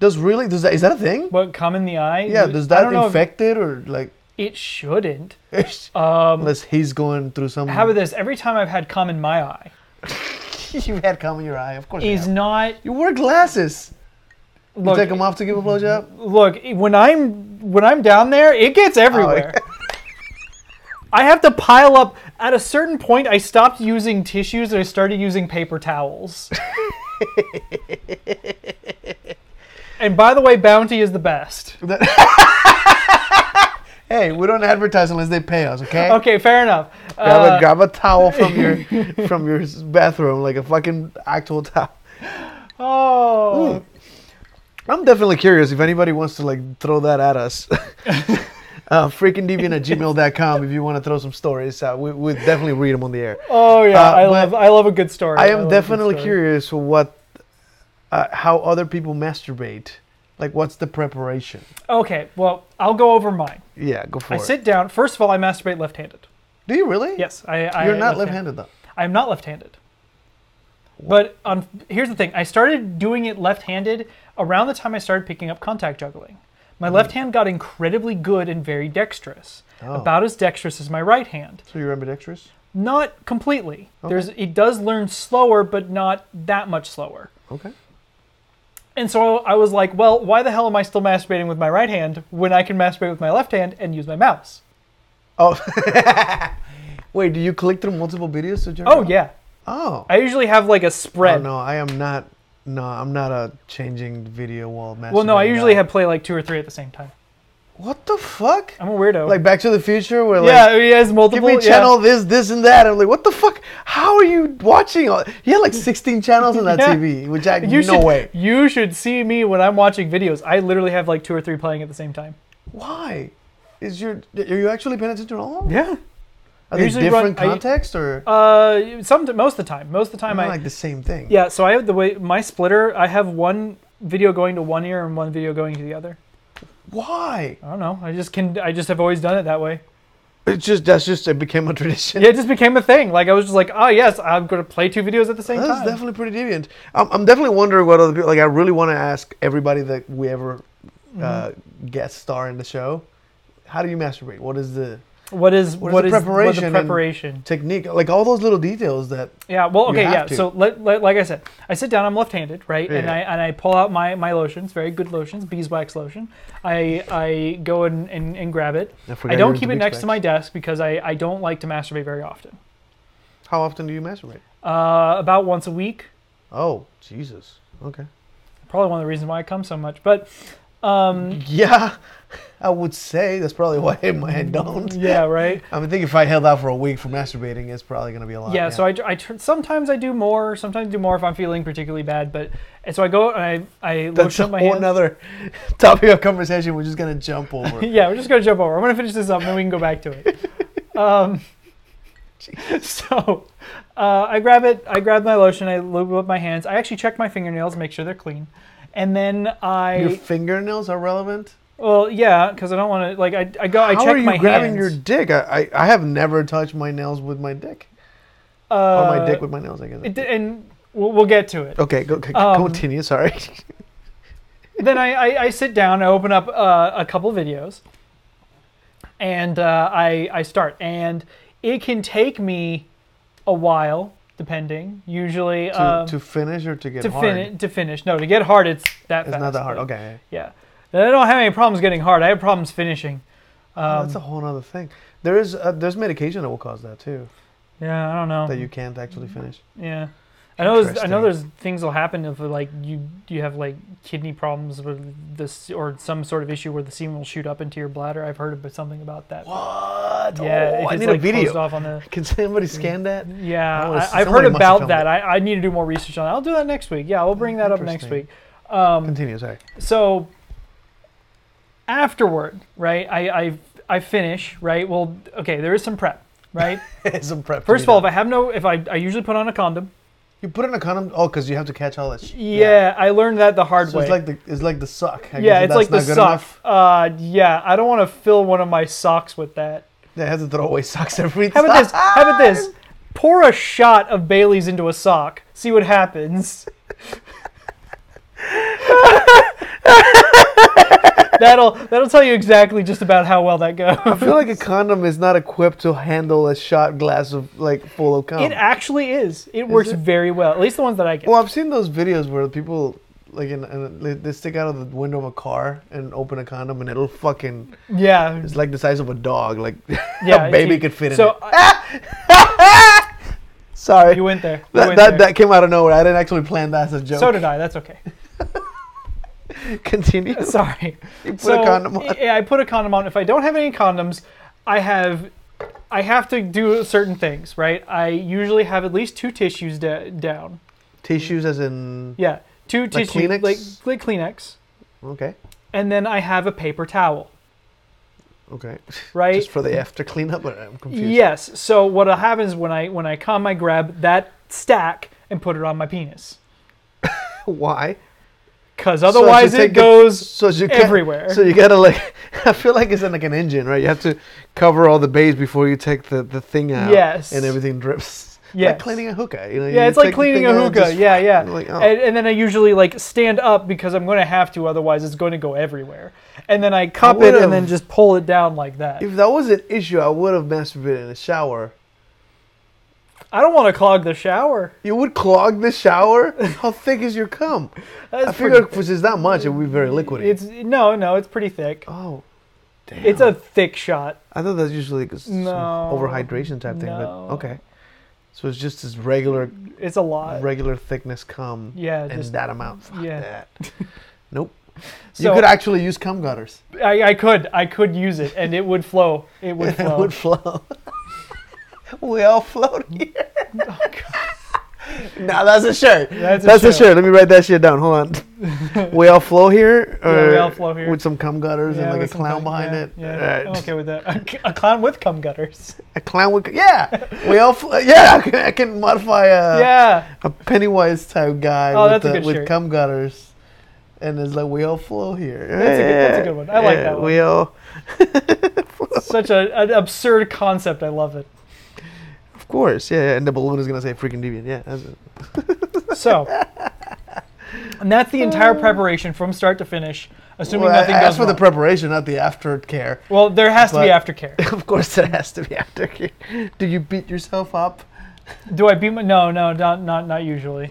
Does really? Does that is that a thing?
"What come in the eye?"
Yeah, does
I
that
don't know if-
infect it or like (laughs)
It shouldn't.
unless he's going through some?
Um, How about this? Every time I've had cum in my eye,
(laughs) you've had cum in your eye? Of course. you
is
have.
not
You wear glasses. You
look
take them off to give a blowjob.
look when i'm when i'm down there it
Oh,
gets everywhere
(laughs)
i have to pile up at a certain point i stopped using tissues and i started using
(laughs)
paper towels and by the way bounty is the best
Hey, we don't advertise unless they pay us, okay?
okay fair enough
Grab a,
Uh,
grab a towel from
(laughs)
your from your bathroom, like a fucking actual towel.
oh
I'm definitely curious if anybody wants to like throw that at
(laughs)
us. uh, freakingdeviant at gmail.com if you want to throw some stories out. We, we definitely read them on the air.
oh yeah
Uh,
i
but
love i love a good story
I
love
am
a good
definitely
story.
curious what, uh, how other people masturbate. Like, what's the preparation?
okay well i'll go over mine
Yeah, go for
i
it.
sit down first of all i masturbate left-handed
Do you really?
yes i, I
You're not
left-handed.
left-handed though.
I'm not left-handed. But on, here's the thing: I started doing it left-handed around the time I started picking up contact juggling. My
Hmm.
left hand got incredibly good and very dexterous,
Oh.
about as dexterous as my right hand.
So you're ambidextrous.
Not completely. There's it does learn slower, but not that much slower.
Okay.
And so I was like, well, why the hell am I still masturbating with my right hand when I can masturbate with my left hand and use my mouse?
Oh. (laughs) Wait, do you click through multiple videos to jerk
Oh
off?
yeah.
Oh.
I usually have like a spread.
Oh no, I am not. No, I'm not a changing video while masturbating.
well, no, I usually
guy.
have play like two or three at the same time.
What the fuck?
I'm a weirdo.
Like Back to the Future, where like
yeah, he has
give
multiple.
me
yeah.
channel this, this, and that. I'm like, what the fuck? How are you watching? All? He had like 16 channels on that
(laughs) Yeah.
TV, which I
You
no
should,
way.
You should see me when I'm watching videos. I literally have like two or three playing at the same time.
Why? Is your are you actually paying attention to all? of them?
Yeah.
Are they
usually
different
run- I-
context or
Uh, some most of the time. Most of the time,
not
I
like the same thing?
yeah. So I have the way my splitter. I have one video going to one ear and one video going to the other.
Why?
I don't know. I just can. I just have always done it that way.
It's just that's just it became a tradition.
Yeah, it just became a thing. Like I was just like, oh yes, I'm gonna play two videos at the same
That's
time.
definitely pretty deviant. I'm, I'm definitely wondering what other people like. I really want to ask everybody that
Mm-hmm.
we ever uh, guest star in the show. How do you masturbate? What is the
What is
What is
what
the
is what the
preparation and-
preparation?
technique, like all those little details that
Yeah, well, okay,
have
yeah.
to.
So, li- li- like I said, I sit down. I'm left-handed, right? And
Yeah.
I and I pull out my my lotions, very good lotions, beeswax lotion. I I go and and, and grab it.
I
I
forgot
don't
yours
keep
is
it next to
beeswax.
my desk because I I don't like to masturbate very often.
How often do you masturbate?
Uh, about once a week.
Oh, Jesus. Okay.
Probably one of the reasons why I come so much.
(laughs)
But
Yeah, (laughs) I would say that's probably why I don't.
yeah, right.
I mean, I think if I held out for a week for masturbating, it's probably gonna be a lot.
yeah, so I, tr- I tr- sometimes I do more, sometimes I do more if I'm feeling particularly bad. But and so I go and I I
(laughs) that's
lotion
a
up my
whole
hands.
nother (laughs) topic of conversation. We're just gonna jump over.
(laughs) yeah, we're just gonna jump over. I'm gonna finish this up, and then we can go back to it.
(laughs)
Um, (laughs) so uh, I grab it. I grab my lotion. I lube up my hands. I actually check my fingernails, make sure they're clean, and then I
Your fingernails are relevant.
well, yeah, because I don't want to like I, I go I
How
check
are you
my
grabbing your
hands.
dick? I, I I have never touched my nails with my dick.
uh,
or my dick with my nails, I guess.
it d- and we'll, we'll get to it.
okay, go, c-
Um,
continue. Sorry. (laughs)
then I, I, I sit down, I open up uh, a couple videos, and uh, I, I start. And it can take me a while, depending. Usually,
to,
um,
to finish or to get
to,
hard.
fin- to finish. No, to get hard, it's that
It's
fast.
not that hard.
but-
Okay.
Yeah. And I don't have any problems getting hard. I have problems finishing.
That's a whole other thing. There is uh, there's medication that will cause that too,
Yeah, I don't know.
that you can't actually finish.
yeah. I know, there's, I know
Interesting.
there's things will happen if like you you have like kidney problems with this or some sort of issue where the semen will shoot up into your bladder. I've heard about something about that.
What? Oh,
Yeah, if
I
it's,
need
like,
a
closed
video.
off on the.
Can somebody scan that?
Yeah,
Oh,
I, I've heard
somebody must have
about
filmed
that.
it. Oh,
I, I need to do more research on that. I'll do that next week. Yeah, we'll bring that up next
Interesting.
week.
Continue. Sorry.
So afterward, right? I I, I finish, right? Well, okay, there is some prep,
(laughs)
right?
Some prep. to
First
be
of all, if
done.
I have no, if I I usually put on a condom.
you put in a condom. Oh, because you have to catch all that. Sh-
Yeah, I learned that the hard
So
way.
it's like the it's like the suck. I
yeah,
guess if
it's like the
that's not good
sock.
enough,
Uh, yeah, I don't want to fill one of my socks with that.
They have to throw away socks (laughs) every
How
time.
about this? How about
(laughs)
this? Pour a shot of Bailey's into a sock. See what happens. (laughs) that'll that'll tell you exactly just about how well that
I
goes.
feel like a condom is not equipped to handle a shot glass of like full of
It
condom.
actually is. It works
it?
very well. At least the ones that I get.
well, I've seen those videos where people like in, in, they- they stick out of the window of a car and open a condom and it'll fucking
yeah,
it's like the size of a dog. Like (laughs)
yeah.
a baby
see,
could fit in.
So
it.
I-
Sorry.
you went there. You
that,
went
that,
there.
that came out of nowhere. I didn't actually plan that as a joke.
so did I. That's okay.
(laughs) Continue.
(laughs) Sorry.
put a condom on.
Yeah, I put a condom on. If I don't have any condoms, I have I have to do certain things, right? I usually have at least two tissues da- down.
Tissues, as in
Yeah, two tissues,
Kleenex?
like like Kleenex,
okay,
and then I have a paper towel,
okay,
right?
just for the after cleanup. But I'm confused.
yes. So what happens when I when I come, I grab that stack and put it on my penis,
Why?
because
So as you
otherwise
take
it
the-
goes
so as you ca-
everywhere.
So you gotta like, (laughs) I feel like it's in like an engine, right? You have to cover all the bays before you take the, the thing out.
Yes.
And everything drips.
Yes.
Like cleaning a hookah, you know.
Yeah,
you
it's like
take the
cleaning
thing
a
out and
hookah.
just-
Yeah,
(laughs)
yeah.
like, oh.
and, and then I usually like stand up because I'm going to have to, otherwise it's going to go everywhere. And then I cup it
would've-
and then just pull it down like that.
If that was an issue, I would have masturbated in the shower.
I don't want to clog the shower.
You would clog the
(laughs)
shower. How thick is your cum?
That's
I figure
pretty
if it's not much, it would be very liquidy.
It's no, no, it's pretty thick.
oh, damn.
It's a thick shot.
I thought that's usually like some
No.
overhydration type thing,
No.
but okay. So it's just this regular,
It's a lot.
regular thickness cum.
Uh, Yeah,
and
just-
that amount. Fuck
yeah. (laughs)
that. Nope.
So-
you could actually use cum gutters.
I, I could, I could use it, and it would flow. It would
(laughs)
flow.
It would flow. we all float
Mm.
here. no, that's a shirt.
Oh, That's a shirt.
Let me write that shit down. Hold
(laughs)
on. we all flow here.
Yeah, we
or
all flow here.
With some cum gutters
Yeah,
and like
with
a
some
clown
cum-
behind
yeah,
it.
Yeah,
Alright.
I'm okay with that. (laughs) A, c- a clown with cum gutters.
A clown with yeah. We all fl- yeah. I can, I can modify a (laughs)
yeah,
a Pennywise type guy
Oh,
with
that's a
the-
good
with
shirt.
cum gutters, and it's like we all flow here.
That's a good- that's a good one. I like that
We all
such a, an absurd concept. I love it.
of course yeah. yeah, And the balloon is gonna say freaking deviant yeah. That's it.
So And that's the entire preparation from start to finish, assuming
Uh. Well, I
nothing
asked
goes
for the
wrong.
preparation, not the aftercare.
well, there has to be
but- (laughs)
aftercare.
Of course, there has to be aftercare. Do you beat yourself up?
Do I beat my? No, no, not not not usually.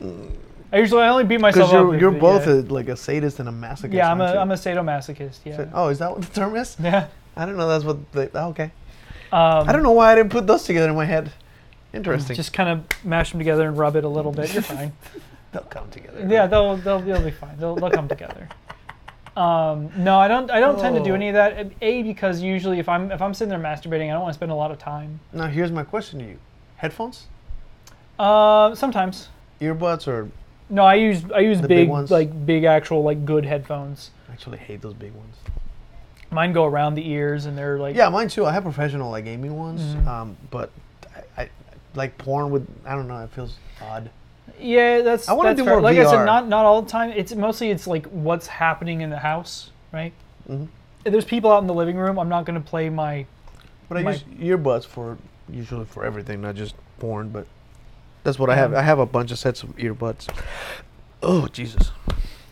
I usually I only beat
Mm. Because
myself up.
you're,
with
you're
it,
both
Yeah,
a, like a sadist and a masochist.
yeah I'm a
aren't you?
am a sadomasochist. Yeah.
Oh, is that what the term is?
(laughs) Yeah. um,
I don't know. That's what they. oh, Okay. I don't know why I didn't put those together in my head. Interesting.
Just kind of mash them together and rub it a little bit. You're
(laughs)
fine.
they'll come together.
Yeah, they'll they'll they'll be fine. They'll they'll come together. Um, no, I don't. I don't tend
Oh.
to do any of that. A because usually if I'm if I'm sitting there masturbating, I don't want to spend a lot of time.
Now here's my question to you: Headphones,
Uh, sometimes.
earbuds, or
No, I use I use
The big
big,
ones?
like big actual like good headphones.
I actually hate those big ones.
Mine go around the ears and they're like
Yeah, mine too. I have professional like gaming ones,
Mm-hmm.
um, but I, I like porn with. I don't know. It feels odd.
Yeah, that's.
I wanna
that's
do
fair.
more
Like I
VR.
said, not not all the time. It's mostly it's like what's happening in the house, right?
Mm-hmm.
If there's people out in the living room. I'm not gonna play my.
But I
My-
use earbuds for usually for everything, not just porn. But that's what I have. I have a bunch of sets of earbuds. Oh Jesus!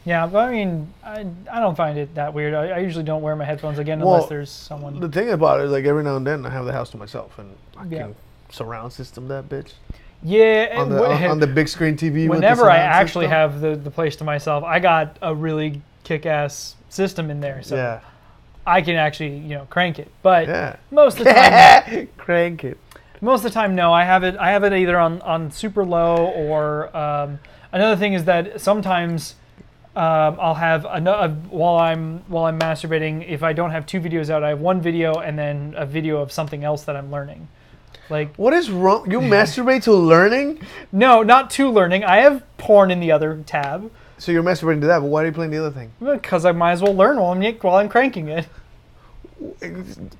Yeah, but I mean, I, I don't find it that weird. I, I usually don't wear my headphones again
Well,
unless there's someone.
The thing about it is, like every now and then, I have the house to myself, and I
Yeah.
can surround system that bitch
yeah,
on
and
the on,
wh-
on
(laughs)
the big screen TV. with the
whenever I
surround
actually
system.
have the, the place to myself, I got a really kick-ass system in there, so
yeah,
I can actually you know crank it. But
yeah,
most of the time,
(laughs) crank it.
Most of the time, no. I have it. I have it either on on super low or um, another thing is that sometimes um, I'll have another while I'm while I'm masturbating. If I don't have two videos out, I have one video and then a video of something else that I'm learning. Like
What is wrong? (laughs) You masturbate to learning,
no, not to learning. I have porn in the other tab
so you're masturbating to that. But why are you playing the other thing?
because I might as well learn while I'm while I'm cranking it.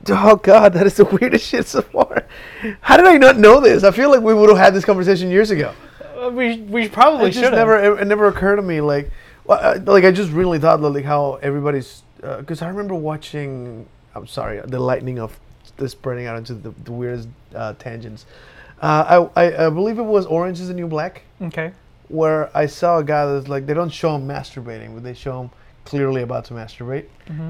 Oh God, that is the (laughs) weirdest shit so far. How did I not know this? I feel like we would have had this conversation years ago.
Uh, We we probably
it
should
just never it, it never occurred to me like well, I, like I just really thought like how everybody's because I remember watching I'm sorry the lightning of this spreading out into the, the weirdest uh, tangents. Uh, I, I I believe it was Orange is the New Black
Okay.
where I saw a guy that's like they don't show him masturbating, but they show him clearly about to masturbate,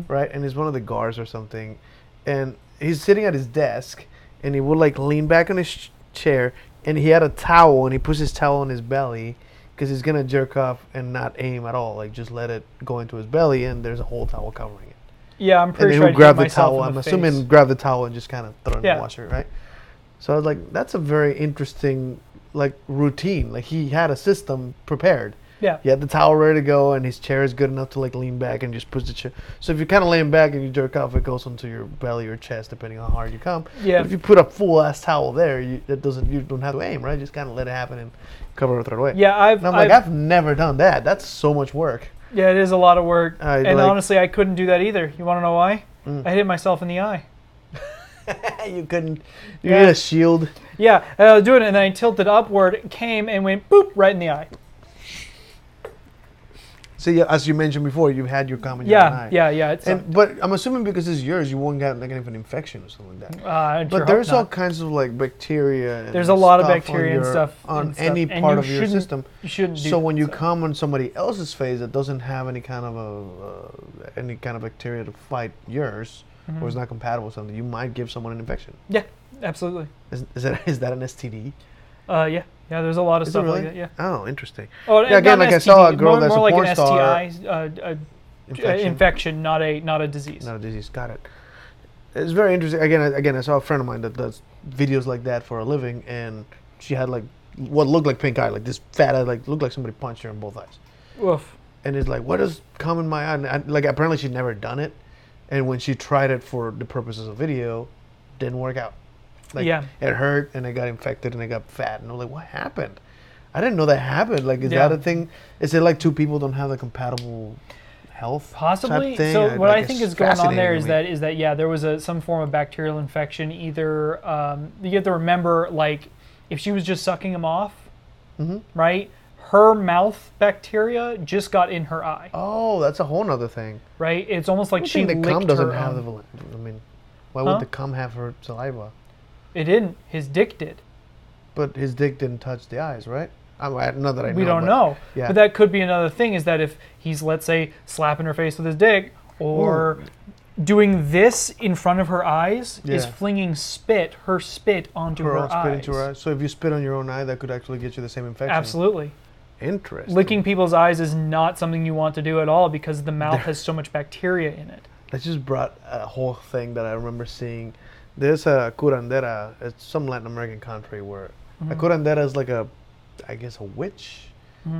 right? And he's one of the guards or something, and he's sitting at his desk, and he would like lean back on his sh- chair, and he had a towel, and he puts his towel on his belly, because he's gonna jerk off and not aim at all, like just let it go into his belly, and there's a whole towel covering it.
Yeah, I'm
And
pretty
then
sure
he'll
I'd
grab
hit
the
myself
towel.
in
I'm
the
assuming
face.
grab the towel and just kind of throw it in
Yeah.
the washer, right? So I was like, that's a very interesting like routine. Like he had a system prepared.
Yeah.
He had the towel ready to go, and his chair is good enough to like lean back and just push the chair. So if you're kind of laying back and you jerk off, it goes onto your belly or chest, depending on how hard you come.
Yeah.
But if you put a full ass towel there, you, that doesn't you don't have to aim, right? Just kind of let it happen and cover it, throw it away.
Yeah, I've,
And I'm
I've
like, I've never done that. That's so much work.
Yeah, it is a lot of work.
I
and
like- Mm.
honestly, I couldn't do that either. You want to know why? I hit myself in the eye.
you couldn't. You
Yeah.
need a shield.
Yeah, and I was doing it, and then I tilted upward, it came, and went boop right in the eye.
So yeah, as you mentioned before, you had your common urine
Yeah,
eye.
yeah, yeah. It's
And but I'm assuming because it's yours, you won't get like an infection or something like that.
uh, I'd sure
But
hope
there's all
not.
kinds of like bacteria. And
There's a lot of
stuff on
bacteria and
your-
stuff
on
and stuff,
any
and
part
you
of your
shouldn't-
system.
you shouldn't do
So when you
that.
come on somebody else's face that doesn't have any kind of a uh, any kind of bacteria to fight yours,
Mm-hmm.
or is not compatible with something, you might give someone an infection.
Yeah, absolutely.
Is, is that (laughs) is that an STD?
Uh, yeah, yeah. There's a lot
Is
of
it
stuff
really?
like that. Yeah.
Oh, interesting.
Oh,
yeah, again,
not
like I
STD,
saw a girl
more,
that's
more
a
like
porn
an
star.
STI uh, uh,
Infection.
infection, not a not a disease.
Not a disease. Got it. It's very interesting. Again, I- again, I saw a friend of mine that does videos like that for a living, and she had like what looked like pink eye, like this fat eye, like looked like somebody punched her in both eyes.
Oof.
And it's like, what does come in my eye? And I, like apparently she'd never done it, and when she tried it for the purposes of video, didn't work out. Like,
Yeah.
it hurt, and I got infected, and I got fat, and I'm like, what happened? I didn't know that happened. Like, is
Yeah.
that a thing? Is it like two people don't have the compatible health? type
Possibly.
thing?
So what I
like,
think
it's
is going on
fascinating
there
to
is
me.
that is that yeah, there was a some form of bacterial infection. Either um, you have to remember like if she was just sucking him off,
Mm-hmm.
right? Her mouth bacteria just got in her eye,
Oh, that's a whole nother thing.
right? It's almost like
I
she
think the
licked
cum doesn't
her
have the.
own-
val- I mean, why
Huh?
would the cum have her saliva?
It didn't. His dick did.
But his dick didn't touch the eyes, right? I, I, not that I know.
we don't
but-
know.
yeah.
But that could be another thing is that if he's, let's say, slapping her face with his dick or doing this in front of her eyes is
Yeah.
flinging spit, her spit onto her,
Or else spit
eyes.
into your eye. So if you spit on your own eye, that could actually get you the same infection.
Absolutely.
Interesting.
Licking people's eyes is not something you want to do at all because the mouth has so much bacteria in it.
That just brought a whole thing that I remember seeing. There's a curandera. It's some Latin American country where
Mm-hmm.
a curandera is like a, I guess a witch,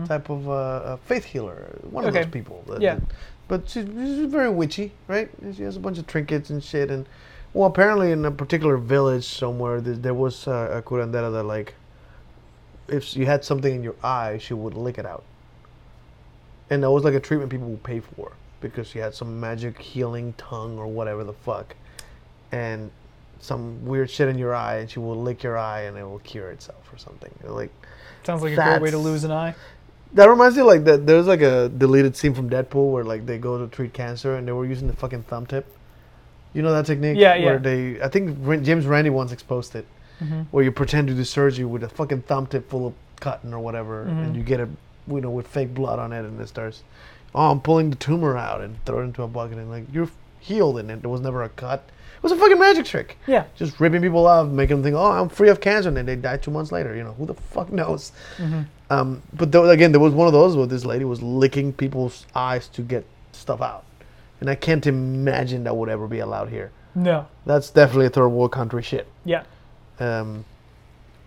type of uh, a faith healer. One of
Mm-hmm. Okay.
those people. that-
Yeah.
but she, she's very witchy, right? And She has a bunch of trinkets and shit. And well, apparently in a particular village somewhere, there, there was uh, a curandera that like, if you had something in your eye, she would lick it out and that was like a treatment people would pay for because she had some magic healing tongue or whatever the fuck, and some weird shit in your eye, and she will lick your eye and it will cure itself or something. You know, Like
Sounds like a great way to
That's-
lose an eye.
that reminds me, like that there's like a deleted scene from Deadpool where like they go to treat cancer and they were using the fucking thumb tip. You know that technique?
Yeah, yeah.
Where they, I think Ran- James Randy once exposed it, where you pretend to do surgery with a fucking thumb tip full of cotton or whatever, and you get a, you know, with fake blood on it, and it starts, oh, I'm pulling the tumor out and throw it into a bucket, and like you're healed, and it, there was never a cut. It was a fucking magic trick.
Yeah.
Just ripping people off, making them think, oh, I'm free of cancer, and then they die two months later. You know, who the fuck knows? Um, but there, again, there was one of those where this lady was licking people's eyes to get stuff out, and I can't imagine that would ever be allowed here.
No.
That's definitely a third world country shit.
Yeah.
Um,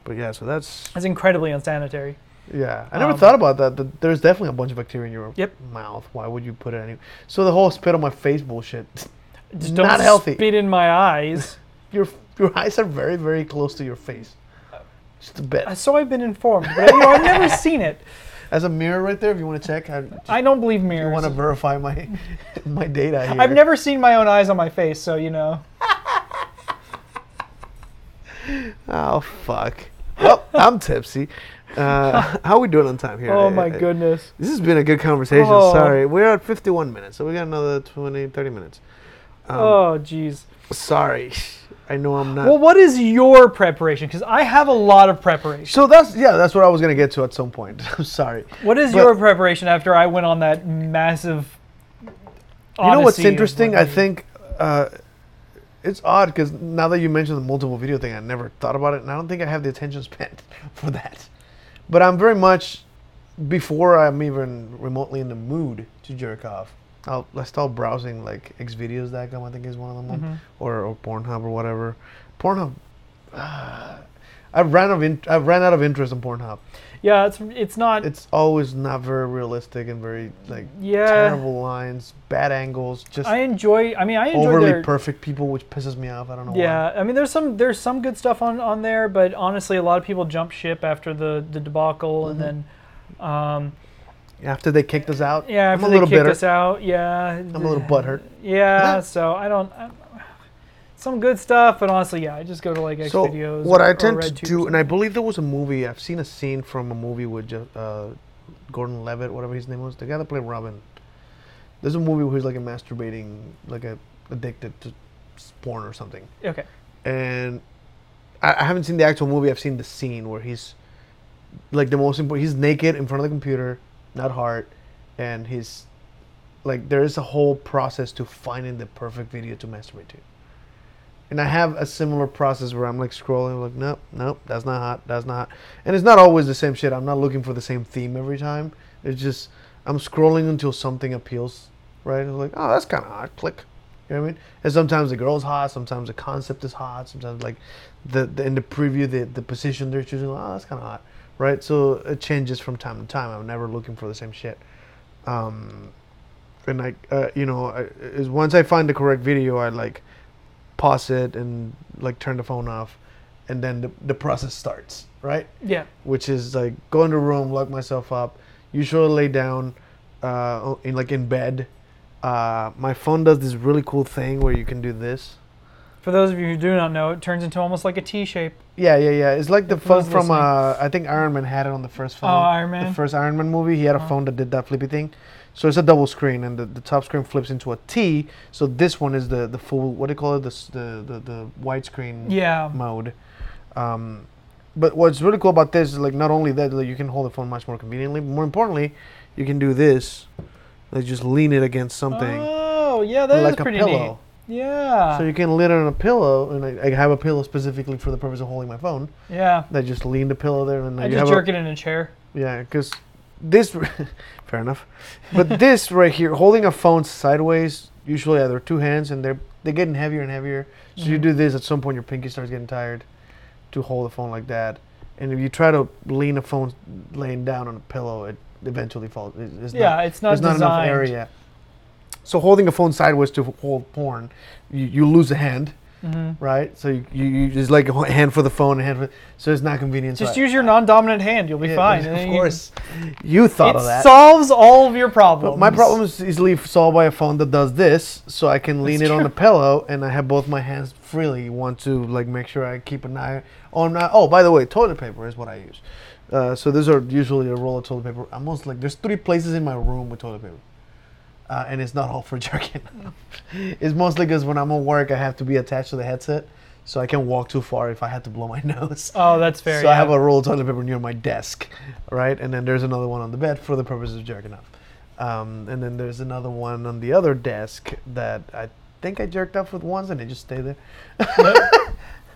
but yeah, so that's
That's incredibly unsanitary.
yeah. I never
Um,
thought about that. That there's definitely a bunch of bacteria in your
Yep.
mouth. Why would you put it any? So the whole spit on my face bullshit. (laughs)
Just don't
Not healthy.
spit in my eyes.
Your your eyes are very very close to your face. Just a bit.
Uh, so I've been informed, but you know,
(laughs)
I've never seen it.
As a mirror right there, if you want to check. I,
I don't believe mirrors.
want to verify my (laughs) my data here.
I've never seen my own eyes on my face, so you know.
Oh fuck. Well, I'm tipsy.
(laughs)
Uh, how we doing on time here?
Oh my
Uh,
goodness.
This has been a good conversation.
Oh.
Sorry. We're at 51 minutes, so we got another 20, 30 minutes.
Oh jeez.
Sorry. (laughs) I know I'm Um, not.
Well, what is your preparation? Because I have a lot of preparation.
so that's yeah, that's what I was gonna get to at some point. (laughs) I'm sorry.
What is
But-
your preparation after I went on that massive?
You know what's
odyssey of
interesting?
what
I
you-
think uh, it's odd because now that you mentioned the multiple video thing, I never thought about it, and I don't think I have the attention span (laughs) for that. But I'm very much before I'm even remotely in the mood to jerk off. I'll I start browsing like Xvideos.com. I think is one of them, or, or Pornhub or whatever. Pornhub. uh, I ran of in, I ran out of interest in Pornhub.
Yeah, it's it's not.
It's always not very realistic and very like
Yeah.
terrible lines, bad angles, just
I enjoy. I mean, I enjoy
overly
their.
perfect people, which pisses me off. I don't know why.
Yeah, I mean, there's some there's some good stuff on on there, but honestly, a lot of people jump ship after the the debacle,
Mm-hmm.
and then
After they kicked us out,
yeah,
I'm
after
a
they
little
kicked
bitter.
us out, yeah,
I'm a little butthurt. (laughs)
yeah. so I don't. I, some good stuff, but honestly, yeah, I just go to like X
So
videos.
what
or-
I
or
tend to
RedTube or
do, and I
something.
believe there was a movie. I've seen a scene from a movie with Jeff, uh, Gordon Levitt, whatever his name was, the guy that played Robin. There's a movie where he's like a masturbating, like a addicted to s- porn or something.
okay.
and I, I haven't seen the actual movie. I've seen the scene where he's like the most important. He's naked in front of the computer, not hard, and he's like there is a whole process to finding the perfect video to masturbate to. And I have a similar process where I'm like scrolling, like nope, nope, that's not hot, that's not hot, and it's not always the same shit. I'm not looking for the same theme every time. It's just I'm scrolling until something appeals, right? And like oh, that's kind of hot. Click. You know what I mean? And sometimes the girl's hot, sometimes the concept is hot, sometimes like the, the in the preview the, the position they're choosing, oh that's kinda hot. Right? So it changes from time to time. I'm never looking for the same shit. Um and I uh, you know, I, is once I find the correct video I like pause it and like turn the phone off and then the, the process starts, right?
Yeah.
which is like go in the room, lock myself up, usually lay down, uh, in like in bed. Uh, my phone does this really cool thing where you can do this.
For those of you who do not know, it turns into almost like a T shape.
Yeah, yeah, yeah. It's like the phone
those
from
listening.
uh, I think Iron Man had it on the first phone.
Oh, Iron
The
Man. Uh-huh.
first Iron Man movie, he had a phone that did that flippy thing. So it's a double screen, and the, the top screen flips into a T. So this one is the the full what do you call it the s- the the, the widescreen
Yeah.
mode. Um, But what's really cool about this is like not only that like, you can hold the phone much more conveniently, but more importantly, you can do this. Like just lean it against something,
Oh, yeah, that is
like a
pretty
pillow.
neat. Yeah.
So you can lean it on a pillow, and I, I have a pillow specifically for the purpose of holding my phone.
yeah.
I just lean the pillow there, and then
I
you
just
have a-
jerk it in a chair.
Yeah, because this, (laughs) fair enough.
(laughs)
But this right here, holding a phone sideways, usually either two hands, and they're they're getting heavier and heavier. So
Mm-hmm.
you do this at some point, your pinky starts getting tired to hold the phone like that. And if you try to lean a phone laying down on a pillow, it eventually falls. It- It's
Yeah, it's not
There's not enough
designed.
area. So holding a phone sideways to hold porn, you, you lose a hand,
Mm-hmm.
right? So you, you, you it's like a h- hand for the phone, a hand for so it's not convenient. So
Just
I-
use your non-dominant hand. You'll be
yeah,
fine. And
Of
then you-
course, you thought
It
of that.
solves all of your problems.
But my problem is easily solved by a phone that does this, so I can lean
That's
it on
true.
the pillow and I have both my hands freely. Want to like make sure I keep an eye on. My, oh, by the way, toilet paper is what I use. Uh, so these are usually a roll of toilet paper. I'm Almost like there's three places in my room with toilet paper, uh, and it's not all for (laughs) jerking. it's mostly because when I'm at work, I have to be attached to the headset, so I can walk too far if I had to blow my (laughs) nose.
Oh, that's fair.
So I
yeah.
have a roll of toilet paper near my desk, right? And then there's another one on the bed for the purposes of jerking off. Um, and then there's another one on the other desk that I think I jerked off with once and it just stayed there.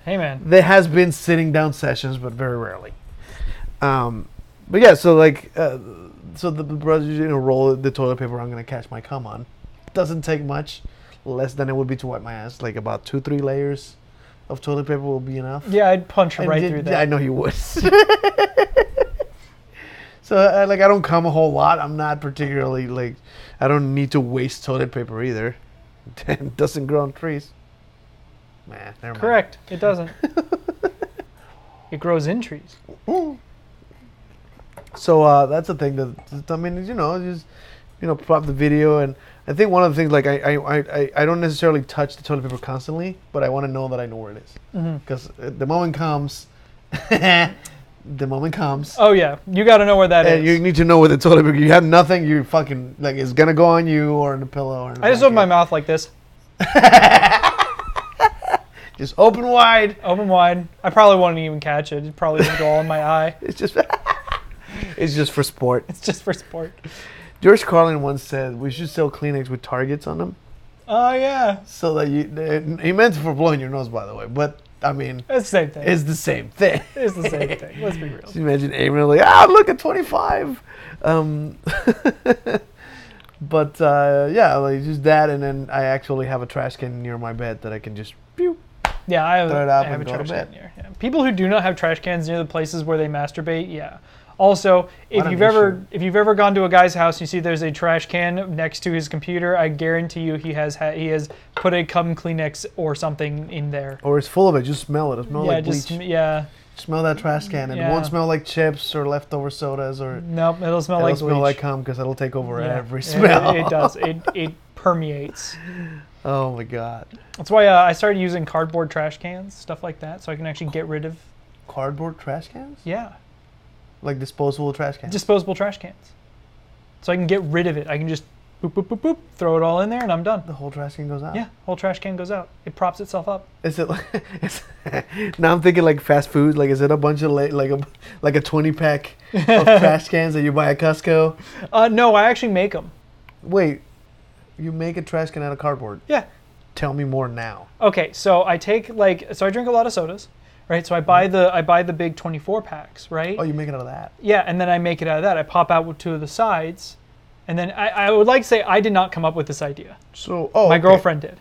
Hey man,
There has been sitting down sessions, but very rarely. Um, but yeah, so like, uh, so the the brothers you know roll the toilet paper. I'm gonna catch my cum on. Doesn't take much, less than it would be to wipe my ass. Like about two, three layers of toilet paper will be enough.
yeah, I'd punch
And
right
did-
through
I
that.
know you
(laughs)
would. (laughs) so uh, like I don't come a whole lot. I'm not particularly like I don't need to waste toilet paper either. (laughs) it doesn't grow on trees. Nah, never mind.
Correct.
(laughs)
It doesn't. it grows in trees.
So uh, that's the thing that I mean, you know, just you know, pop the video, and I think one of the things like I I, I- I, I don't necessarily touch the toilet paper constantly, but I want to know that I know where it
Mm-hmm.
is because the moment comes, (laughs) the moment comes.
Oh yeah, you got to know where that is.
And you need to know where the toilet paper. You have nothing. You fucking like it's gonna go on you or on the pillow. Or in the
I just open my
blanket.
mouth like this,
Just open wide.
open wide. I probably wouldn't even catch it. It probably would go all in my eye.
It's just. (laughs) it's just for sport.
It's just for sport.
George Carlin once said we should sell Kleenex with targets on them,
Oh yeah,
so that you. they- He meant for blowing your nose, by the way. But I mean,
it's the same thing. It's,
(laughs) it's the same thing.
the same thing. Let's be real.
Just imagine Abraham like, ah, look at 25. Um, (laughs) but uh, yeah, like just that, and then I actually have a trash can near my bed that I can just pew
Yeah, I have,
Throw it up
I have
and
a
go to
trash
bed.
can near. Yeah. People who do not have trash cans near the places where they masturbate, yeah. Also, if
an
you've ever
issue.
if you've ever gone to a guy's house, and you see there's a trash can next to his computer. I guarantee you, he has ha- he has put a cum Kleenex or something in there.
or it's full of it. Just smell it. It smells
yeah,
like bleach.
just yeah.
smell that trash can. It
Mm, Yeah.
won't smell like chips or leftover sodas or
Nope, it'll smell
it'll
like
smell like
bleach.
cum because it'll take over
Yeah,
every
it-
smell.
It, it does. It it permeates.
(laughs) Oh my god,
That's why uh, I started using cardboard trash cans, stuff like that, so I can actually get rid of
cardboard trash cans?
yeah
Like disposable trash cans?
disposable trash cans. So I can get rid of it. I can just boop boop boop boop, throw it all in there, and I'm done.
the whole trash can goes out.
Yeah, whole trash can goes out. It props itself up.
Is it? Like, (laughs) is, now I'm thinking like fast food. Like is it a bunch of like like a like a 20 pack
(laughs)
of trash cans that you buy at Costco?
Uh, no, I actually make them.
Wait, you make a trash can out of cardboard?
Yeah.
Tell me more now.
Okay, so I take like so I drink a lot of sodas, right? So I buy the I buy the big 24 packs, right?
Mm-hmm. Oh, you make it out of that?
Yeah, and then I make it out of that. I pop out with two of the sides, and then I, I would like to say I did not come up with this idea.
So oh,
My
okay.
girlfriend did.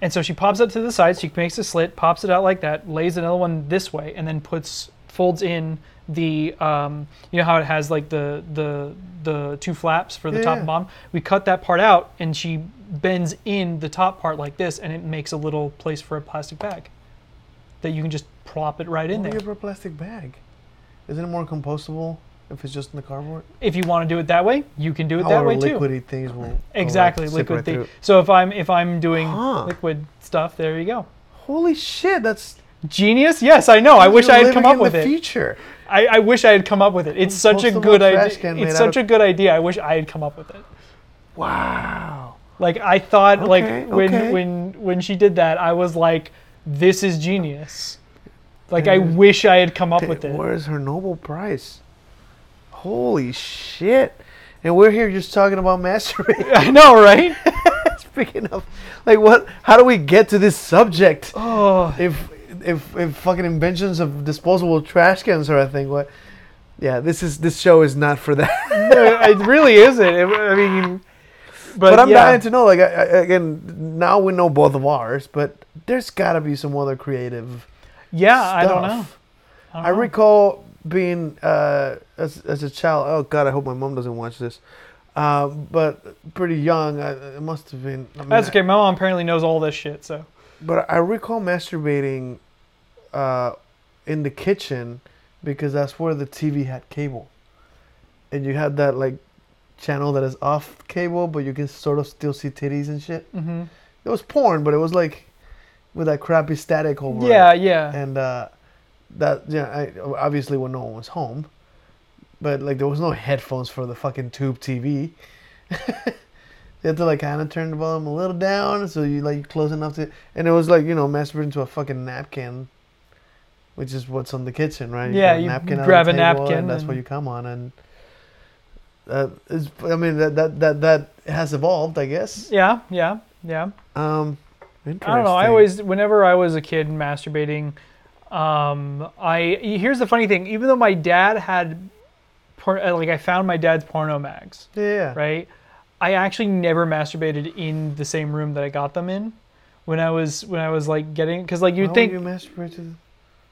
And so she pops it to the side, she makes a slit, pops it out like that, lays another one this way, and then puts folds in the um, you know how it has like the the the two flaps for the
Yeah,
top
yeah.
and bottom. We cut that part out and she bends in the top part like this and it makes a little place for a plastic bag that you can just plop it right in
Why do
there.
you have a plastic bag? Isn't it more compostable if it's just in the cardboard?
If you want to do it that way, you can do it that
However,
way too.
Oh, liquidy things will- will like,
Exactly,
sip
liquid
right
thing.
through.
So if I'm if I'm doing
Huh.
liquid stuff, there you go.
Holy shit, that's.
Genius? Yes, I know. Oh, I wish
you're
I had
living
come up
in
with
the
it.
Future.
I, I wish I had come up with it. It's such a
Compostable
good
trash can
idea.
made
It's
out
such
of-
a good idea. I wish I had come up with it.
Wow.
Like I thought, like
Okay,
when
okay.
when when she did that, I was like, "This is genius." Like I wish I had come up with it.
Where's her Nobel Prize? Holy shit. And we're here just talking about (laughs) masturbating.
(laughs) I know,
(laughs)
right? (laughs)
Speaking of, like, what? How do we get to this subject?
Oh,
If if if fucking inventions of disposable trash cans are a thing, what? Yeah, this is this show is not for that.
it really isn't. It- I mean, but,
but I'm
yeah.
dying to know. Like, I, I, again, now we know both of ours, but there's got to be some other creative.
Yeah, I
stuff.
don't know.
I
Uh-huh.
recall being uh, as, as a child. Oh God, I hope my mom doesn't watch this. Uh, but pretty young, I, it must have been. I mean,
That's okay. My mom apparently knows all this shit, so
But I recall masturbating uh, in the kitchen because that's where the TV had cable, and you had that like channel that is off cable, but you can sort of still see titties and shit. Mm-hmm. It was porn, but it was like with that crappy static over. it
yeah, yeah.
and uh, that yeah, I, obviously when no one was home, but like there was no headphones for the fucking tube TV. (laughs) you had to like kind of turn the volume a little down so you like close enough to, and it was like you know masturbating to a fucking napkin, which is what's on the kitchen, right?
Yeah,
got
you
on
grab
the
a
table,
napkin
and that's what
and-
you come on, and uh, it's, I mean that that that that has evolved, I guess.
Yeah, yeah, yeah.
Um, interesting.
I don't know. I always, whenever I was a kid masturbating, um, I here's the funny thing. Even though my dad had, por- uh, like, I found my dad's porno mags,
yeah, yeah.
right? I actually never masturbated in the same room that I got them in. When I was when I was like getting, because like
Why
you'd
would
think
Oh, you masturbate to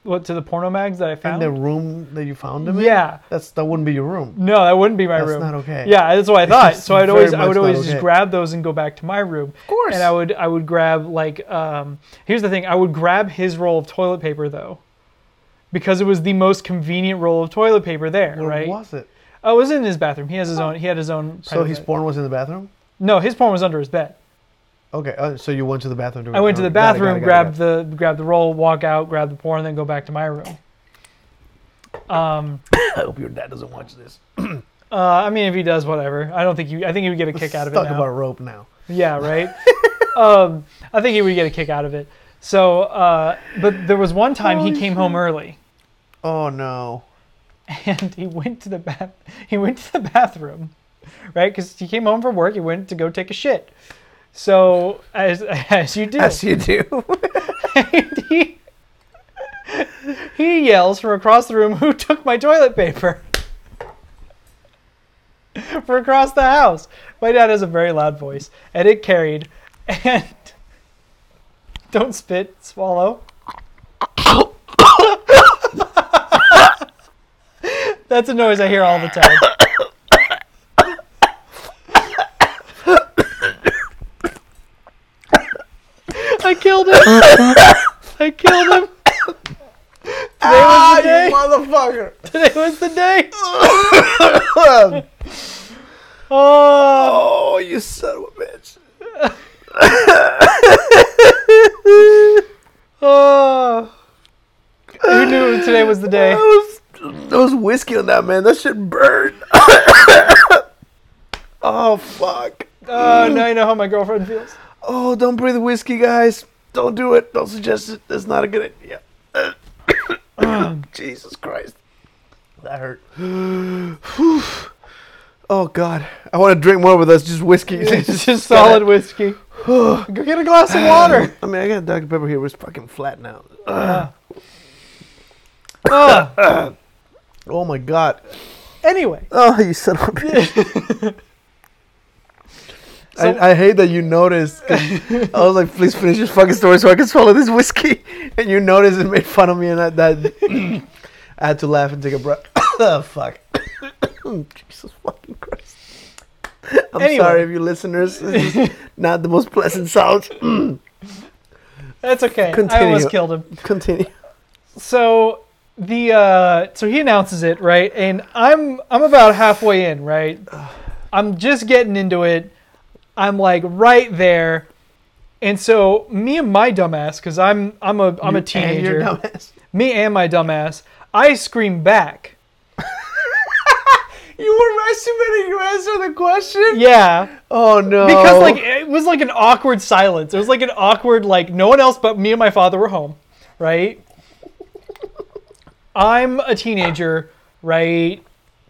what to the porno mags that I
in
found.
the room that you found them in?
yeah,
That's that wouldn't be your room.
No, that wouldn't be my
That's
room.
not okay.
Yeah, that's what I thought.
(laughs) It's
So I'd
very
always, I
much
would
not
always
okay.
just grab those and go back to my room. Of
course.
And I would, I would grab like, um, here's the thing. I would grab his roll of toilet paper though, because it was the most convenient roll of toilet paper there.
Where
right.
was it? Oh.
Oh, it was in his bathroom. He has his own. He had his own.
So
private
his
bed.
porn was in the bathroom.
no, his porn was under his bed.
Okay, uh, so you went to the bathroom. To
I went to the
Got it, got it,
bathroom,
got it,
grabbed
got
the grabbed the roll, walk out, grab the porn, then go back to my room.
it. I hope your dad doesn't watch this.
Uh, I mean, if he does, whatever. I don't think you. I think he would get a kick out of
Let's
it.
talk
now.
about rope now.
Yeah, right. (laughs) um, I think he would get a kick out of it. So, uh, but there was one time he came home early, (laughs)
Oh no.
and he went to the bath. (laughs) He went to the bathroom, right? Because he came home from work. He went to go take a shit. So as (laughs) as you do, (laughs)
Yes, you do.
he, (laughs) he yells from across the room, "Who took my toilet paper?" (laughs) from across the house. My dad has a very loud voice, and it carried. And (laughs) don't spit, swallow. (laughs) That's a noise I hear all the time. (coughs) I killed him. I
(laughs)
killed him. Today was the day.
motherfucker.
Today was
(laughs)
the day. oh,
Oh, you son of a bitch.
oh. Who knew today was the day?
That was that was whiskey on that man. That shit burned. (laughs) oh fuck.
Oh, now you know how my girlfriend feels.
Oh, don't breathe whiskey, guys. Don't do it. Don't suggest it. That's not a good idea. (coughs) Jesus Christ. That hurt. (sighs) Whew. oh, God. I want to drink more, but that's just whiskey. (laughs)
It's just solid whiskey. (sighs) Go get a glass
(sighs)
of water.
I mean, I got Dr. Pepper here. but It's fucking flat now.
Ah.
Oh, my God.
anyway,
Oh, you son of a
(laughs)
bitch. I, I hate that you noticed. 'cause I was like, please finish this fucking story so I can swallow this whiskey. (laughs) And you noticed and made fun of me, and that, that (coughs) I had to laugh and take a breath. (coughs) oh, fuck. Jesus fucking Christ. I'm
Anyway.
sorry if you listeners. This
(laughs)
is not the most pleasant sound.
that's okay. I
Continue.
almost killed
(coughs)
him.
Continue.
So the uh, so he announces it right, and I'm I'm about halfway in right. I'm just getting into it. I'm like right there, and so me and my dumbass, because I'm I'm a I'm a
And you're
teenager.
dumbass.
me and my dumbass, I scream back.
(laughs) You were masturbating. You answered the question.
Yeah,
Oh no.
because like it was like an awkward silence. It was like an awkward like no one else but me and my father were home, right? I'm a teenager, right?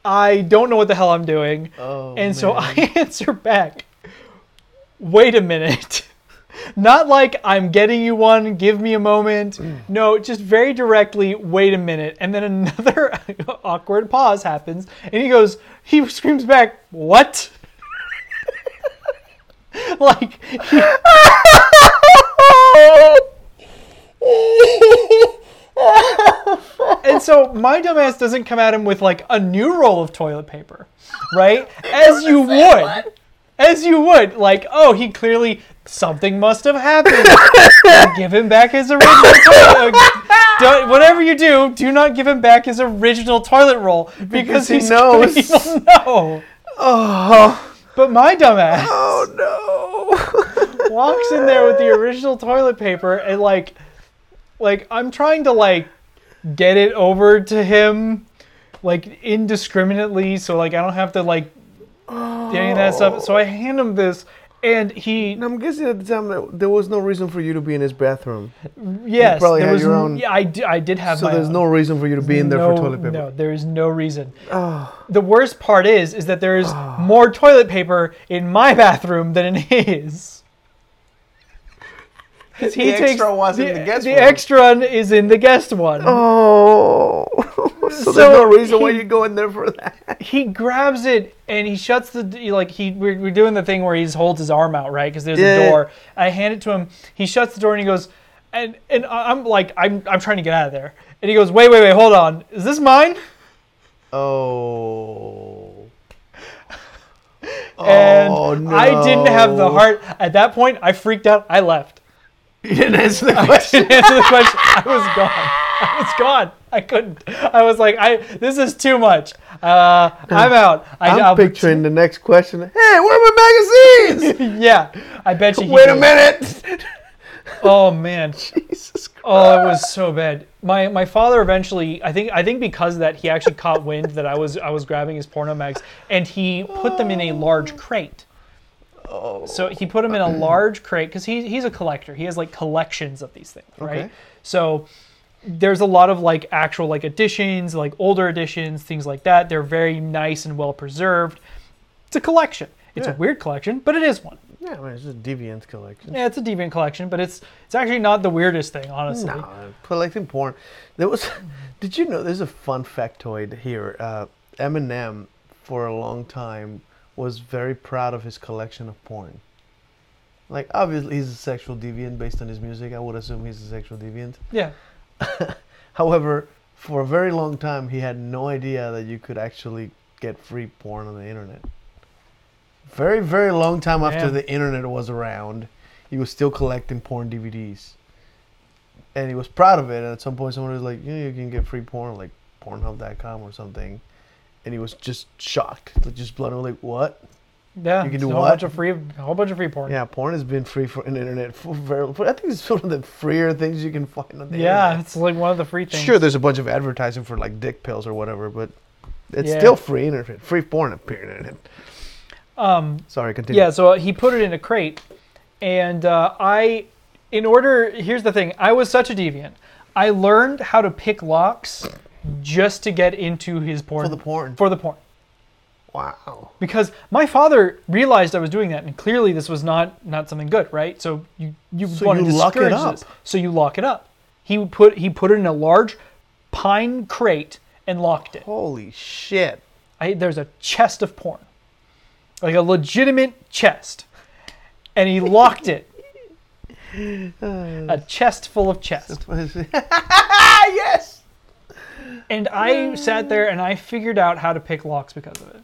I don't know what the hell I'm doing. and so I (laughs) answer back, wait a minute. (laughs) Not like I'm getting you one, give me a moment. No, just very directly, wait a minute. And then another (laughs) awkward pause happens, and he goes, he screams back, what? (laughs) like, he- (laughs) and so my dumbass doesn't come at him with like a new roll of toilet paper, right? As you would. As you would, like, oh, he clearly something must have happened. (laughs) give him back his original toilet. uh, don't- whatever you do, do not give him back his original toilet roll because,
Because he
he's, (laughs)
knows.
He will know. But my dumbass
Oh no.
walks in there with the original toilet paper and like like I'm trying to like get it over to him like indiscriminately so like I don't have to like do any of that stuff. So I hand him this and he
I'm guessing at the time that there was no reason for you to be in his bathroom.
yes
probably
there
had
was
your
n-
own-
yeah I d- I did have
So
my
there's
own.
no reason for you to be in there
no,
for toilet paper.
No, there is no reason. The worst part is is that there is more toilet paper in my bathroom than in his. 'Cause
(laughs)
He
The extra was in the guest
the
one.
extra one is in the guest one.
Oh. (laughs) so, there's no
So
reason why
he-
you go in there for that.
He grabs it and he shuts the d- like he we're, we're doing the thing where he just holds his arm out right because there's
Yeah.
a door. I hand it to him. He shuts the door and he goes and and I- I'm like I'm I'm trying to get out of there and he goes wait wait wait hold on is this mine?
(laughs) Oh.
and
Oh,
I didn't have the
no.
heart at that point. I freaked out. I left. (laughs)
You didn't answer the question.
Didn't answer the question. I was gone. I was gone. I couldn't. I was like, I this is too much. Uh, I'm out. I,
I'm
I'll-
picturing the next question. Hey, where are my magazines? (laughs)
Yeah, I bet you. he
Wait a
did.
minute.
Oh
(laughs)
man.
Jesus Christ.
Oh, it was so bad. My my father eventually, I think I think because of that he actually caught wind that I was I was grabbing his porno mags and he put them in a
Oh.
large crate. So he
(clears throat)
put them in a large crate because he, he's a collector. He has like collections of these things, right?
Okay.
So there's a lot of like actual like editions, like older editions, things like that. They're very nice and well preserved. It's a collection. It's
Yeah.
a weird collection, but it is one.
Yeah, man, it's just a deviant collection.
Yeah, it's a deviant collection, but it's it's actually not the weirdest thing, honestly.
No, collecting porn. There was. (laughs) Did you know? There's a fun factoid here. Uh, Eminem, for a long time, was very proud of his collection of porn. Like obviously, he's a sexual deviant based on his music. I would assume he's a sexual deviant.
Yeah.
However, for a very long time, he had no idea that you could actually get free porn on the internet. Very, very long time after
Damn.
the internet was around, he was still collecting porn DVDs. And he was proud of it. And at some point, someone was like, you know, you can get free porn, like pornhub.com or something. And he was just shocked, like, just blown away, like, what?
Yeah,
You can
it's
do
a
what?
whole bunch of free, a whole bunch of free porn.
Yeah, porn has been free for on the internet for very. For, I think it's one of the freer things you can find on the internet.
yeah, it's like one of the free things.
Sure, there's a bunch of advertising for like dick pills or whatever, but it's
Yeah.
still free internet, free porn appearing in it. Um, Sorry, continue.
Yeah, so uh, he put it in a crate, and uh, I, in order, here's the thing: I was such a deviant. I learned how to pick locks just to get into his porn.
the porn.
For the porn.
Wow.
because my father realized I was doing that, and clearly this was not not something good, right? So you you
So
want
you
to
lock it
discourage
up.
this, so you lock it up. He would put he put it in a large pine crate and locked it.
Holy shit. (laughs)
I, there's a chest of porn, like a legitimate chest, and he locked it. A chest full of chest.
yes.
And I sat there and I figured out how to pick locks because of it.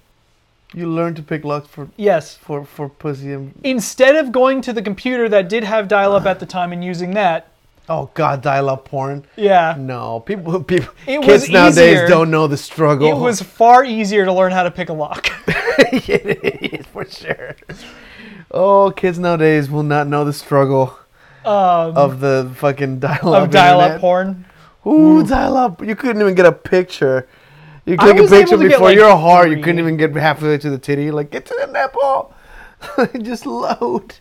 You learn to pick locks for
Yes,
for for pussy and
instead of going to the computer that did have dial up at the time and using that,
oh god, dial up porn.
yeah,
No, people (laughs) people
It
kids
was
nowadays
easier.
don't know the struggle.
It was far easier to learn how to pick a lock.
It is, (laughs) for sure. Oh, kids nowadays will not know the struggle of the fucking dial up
Um, of dial up porn.
Ooh, dial up. You couldn't even get a picture. You
Hmm. I
click a
was able
picture
to get,
before
like,
your heart. You
three.
couldn't even get halfway to the titty. Like, get to the nipple. (laughs) Just load.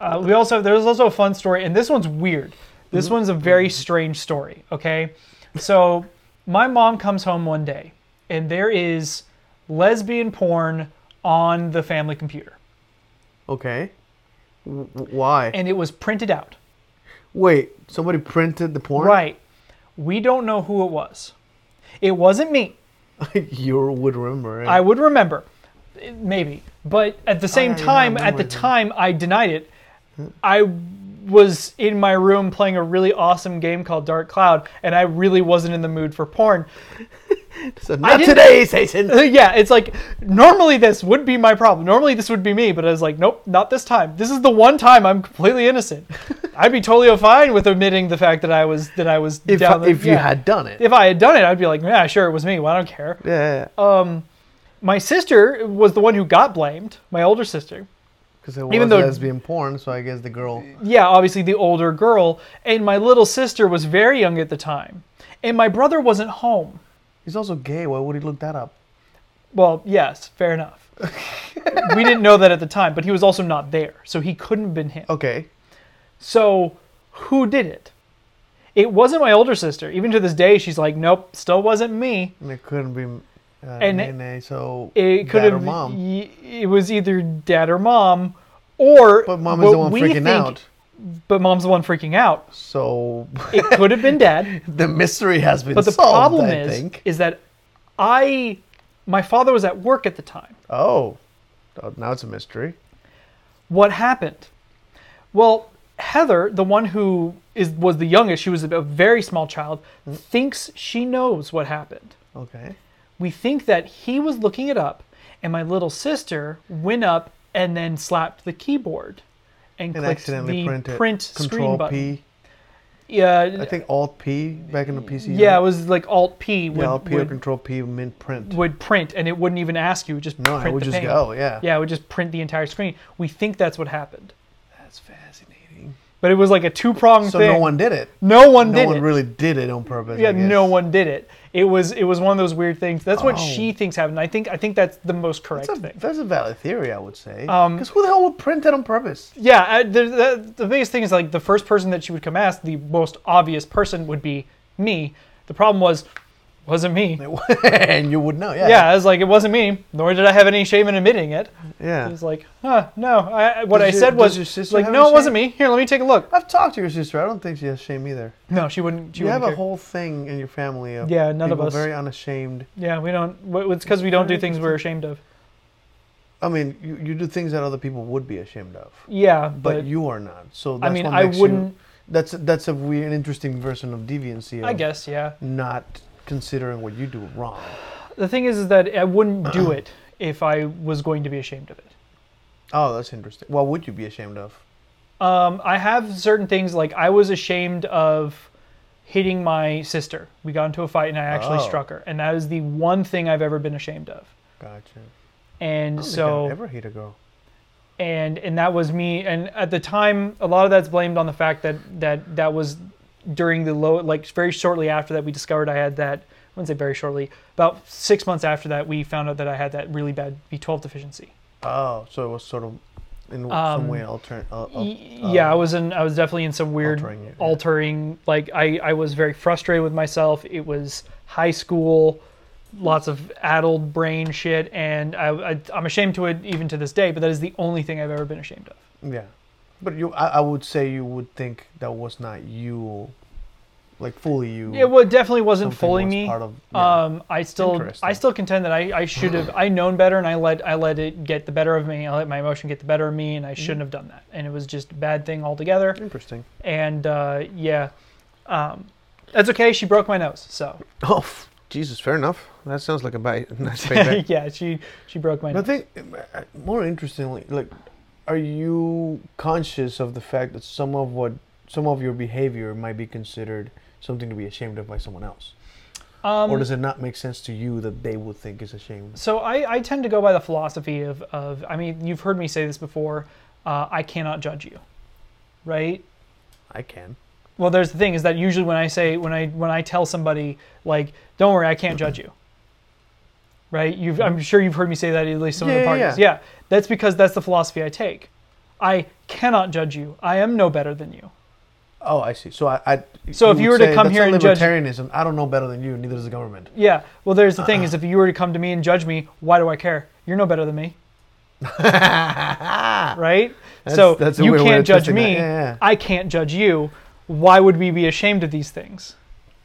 Uh, we also there's also a
Mm-hmm.
fun story, and this one's weird. This one's a very strange story. Okay, so my mom comes home one day and there is lesbian porn on the family computer
Okay. W- w- why?
and it was printed out.
Wait, somebody printed the porn? (laughs)
Right. We don't know who it was. It wasn't me.
you would remember. Right?
I would remember, eh, maybe. But at the same
yeah, yeah, I
time, at
remember Mm.
the
that.
time, I denied it. I was in my room playing a really awesome game called Dark Cloud, and I really wasn't in the mood for porn.
So not
didn't-
today,
(laughs)
Satan.
yeah, it's like normally this would be my problem. Normally this would be me, but I was like, nope, not this time. This is the one time I'm completely
(laughs)
innocent. I'd be totally fine with admitting the fact that I was that I was
If,
down. the-
if you
yeah.
had done it.
if I had done it, I'd be like, yeah, sure, it was me. Well, I don't care.
yeah.
Oh, My sister was the one who got blamed. My older sister.
Because it was
even though-
lesbian porn, so I guess the girl.
yeah, obviously the older girl, and my little sister was very young at the time. And my brother wasn't home.
He's also gay. Why would he look that up?
Well, yes, fair
(laughs)
enough. we didn't know that at the time, but he was also not there, so he couldn't have been him.
Okay.
So, who did it? It wasn't my older sister. Even to this day, she's like, nope, still wasn't me.
And it couldn't be. Uh,
And it-
Nene, so
It could
dad or
have.
mom.
y- it was either dad or mom, or
But mom
what
is the one
we
freaking
think-
out.
But mom's the one freaking out.
(laughs) So
It could have been dad.
the mystery has been
But the
solved.
problem
I
is,
think.
is that I, my father was at work at the time.
Oh,
uh,
Oh, now it's a mystery.
What happened? Well, Heather, the one who is was the youngest, she was a very small child,
Mm.
thinks she knows what happened.
Okay.
We think that he was looking it up, and my little sister went up and then slapped the keyboard, and,
And
clicked
accidentally
the
printed
print screen
Control
button.
P. I
Yeah,
think Alt P back in the PC.
yeah, it was like Alt P would,
Yeah, Alt P or
would
Control P mint print.
would print and it wouldn't even ask you, it would just
No, it
print
would
the
just
pane.
go, yeah.
Yeah, it would just print the entire screen. We think that's what happened.
That's fascinating.
But it was like a two pronged
So
thing.
no one did it.
no one
No
did
one
it.
really did it on purpose.
yeah,
I guess.
no one did it. It was it was one of those weird things. That's what
Oh.
she thinks happened. I think I think that's the most correct
That's a,
thing.
that's a valid theory, I would say.
Um,
Because who the hell would print it on
(laughs)
purpose?
Yeah, I, the, the, the biggest thing is like the first person that she would come ask, the most obvious person would be me. The problem was wasn't me.
and you would know, yeah.
Yeah, I was like it wasn't me, nor did I have any shame in admitting it.
Yeah.
It was like, huh, no. I, I- what
Does
I
your-
said was,
does your sister
like,
have
no,
any
it wasn't me. Here, let me take
(laughs)
a look.
I've talked to your sister. I don't think she has shame either.
No, she wouldn't. She
You have
wouldn't
a whole thing in your family of
Yeah, none of
people
us.
very unashamed.
care. Yeah, we don't. w- It's because we don't do things we're ashamed of.
I mean, you, you do things that other people would be ashamed of,
Yeah,
but,
but,
you are not. So
I
that's
mean,
what
I
makes you-
wouldn't.
that's that's a weird, interesting version of deviancy. Of
I guess, yeah.
not considering what you do wrong.
The thing is, is that I wouldn't
(clears throat)
do it if I was going to be ashamed of it.
Oh, that's interesting. What would you be ashamed of?
Um, I have certain things like I was ashamed of hitting my sister. We got into a fight and I actually
Oh.
struck her, and that is the one thing I've ever been ashamed of.
Gotcha.
And
I don't think
so
I'd ever hate a girl.
and and that was me and at the time a lot of that's blamed on the fact that that that was during the low like very shortly after that we discovered i had that i wouldn't say very shortly about six months after that we found out that i had that really bad b12 deficiency
Oh, so it was sort of in some way alternate. Uh, uh,
Um, Y- yeah i was in i was definitely in some weird
altering it, yeah.
altering like i i was very frustrated with myself it was high school lots of addled brain shit and I, I i'm ashamed to it even to this day but that is the only thing i've ever been ashamed of
uh, yeah, but you, I, I would say you would think that was not you, like fully you.
Yeah, well, it definitely wasn't
something
fully
was
me.
part of- yeah.
um, I still, I
Interesting.
still contend that I, I should have, I known better, and I let, I let it get the better of me. I let my emotion get the better of me, and I shouldn't have done that. And it was just a bad thing altogether.
Hmm. Interesting.
And uh, yeah, um, that's okay. She broke my nose, so
Oh, f- Jesus, fair enough. That sounds like a bi- (laughs) nice
(laughs)
payback.
yeah, she, she broke my
But I
nose.
think, uh, more interestingly, like, are you conscious of the fact that some of what, some of your behavior might be considered something to be ashamed of by someone else?
Um,
or does it not make sense to you that they would think is ashamed?
So I, I tend to go by the philosophy of, of I mean, you've heard me say this before. Uh, I cannot judge you, right?
I can.
Well, there's the thing is that usually when I say when I when I tell somebody like, "Don't worry, I can't judge you," right? You've, I'm sure you've heard me say that at least some of
Yeah,
the
yeah,
parties. Yeah. that's because that's the philosophy I take. I cannot judge you. I am no better than you.
Oh, I see. So I. I
So if you were to
would say
come
that's
here
not
and judge-
libertarianism, I don't know better than you. Neither does the government.
Yeah. Well, there's the
Uh-uh.
thing is, if you were to come to me and judge me, why do I care? You're no better
(laughs)
than me. right? so
that's a
you
weird way
can't
of
judge
twisting that.
me.
Yeah, yeah.
I can't judge you. Why would we be ashamed of these things?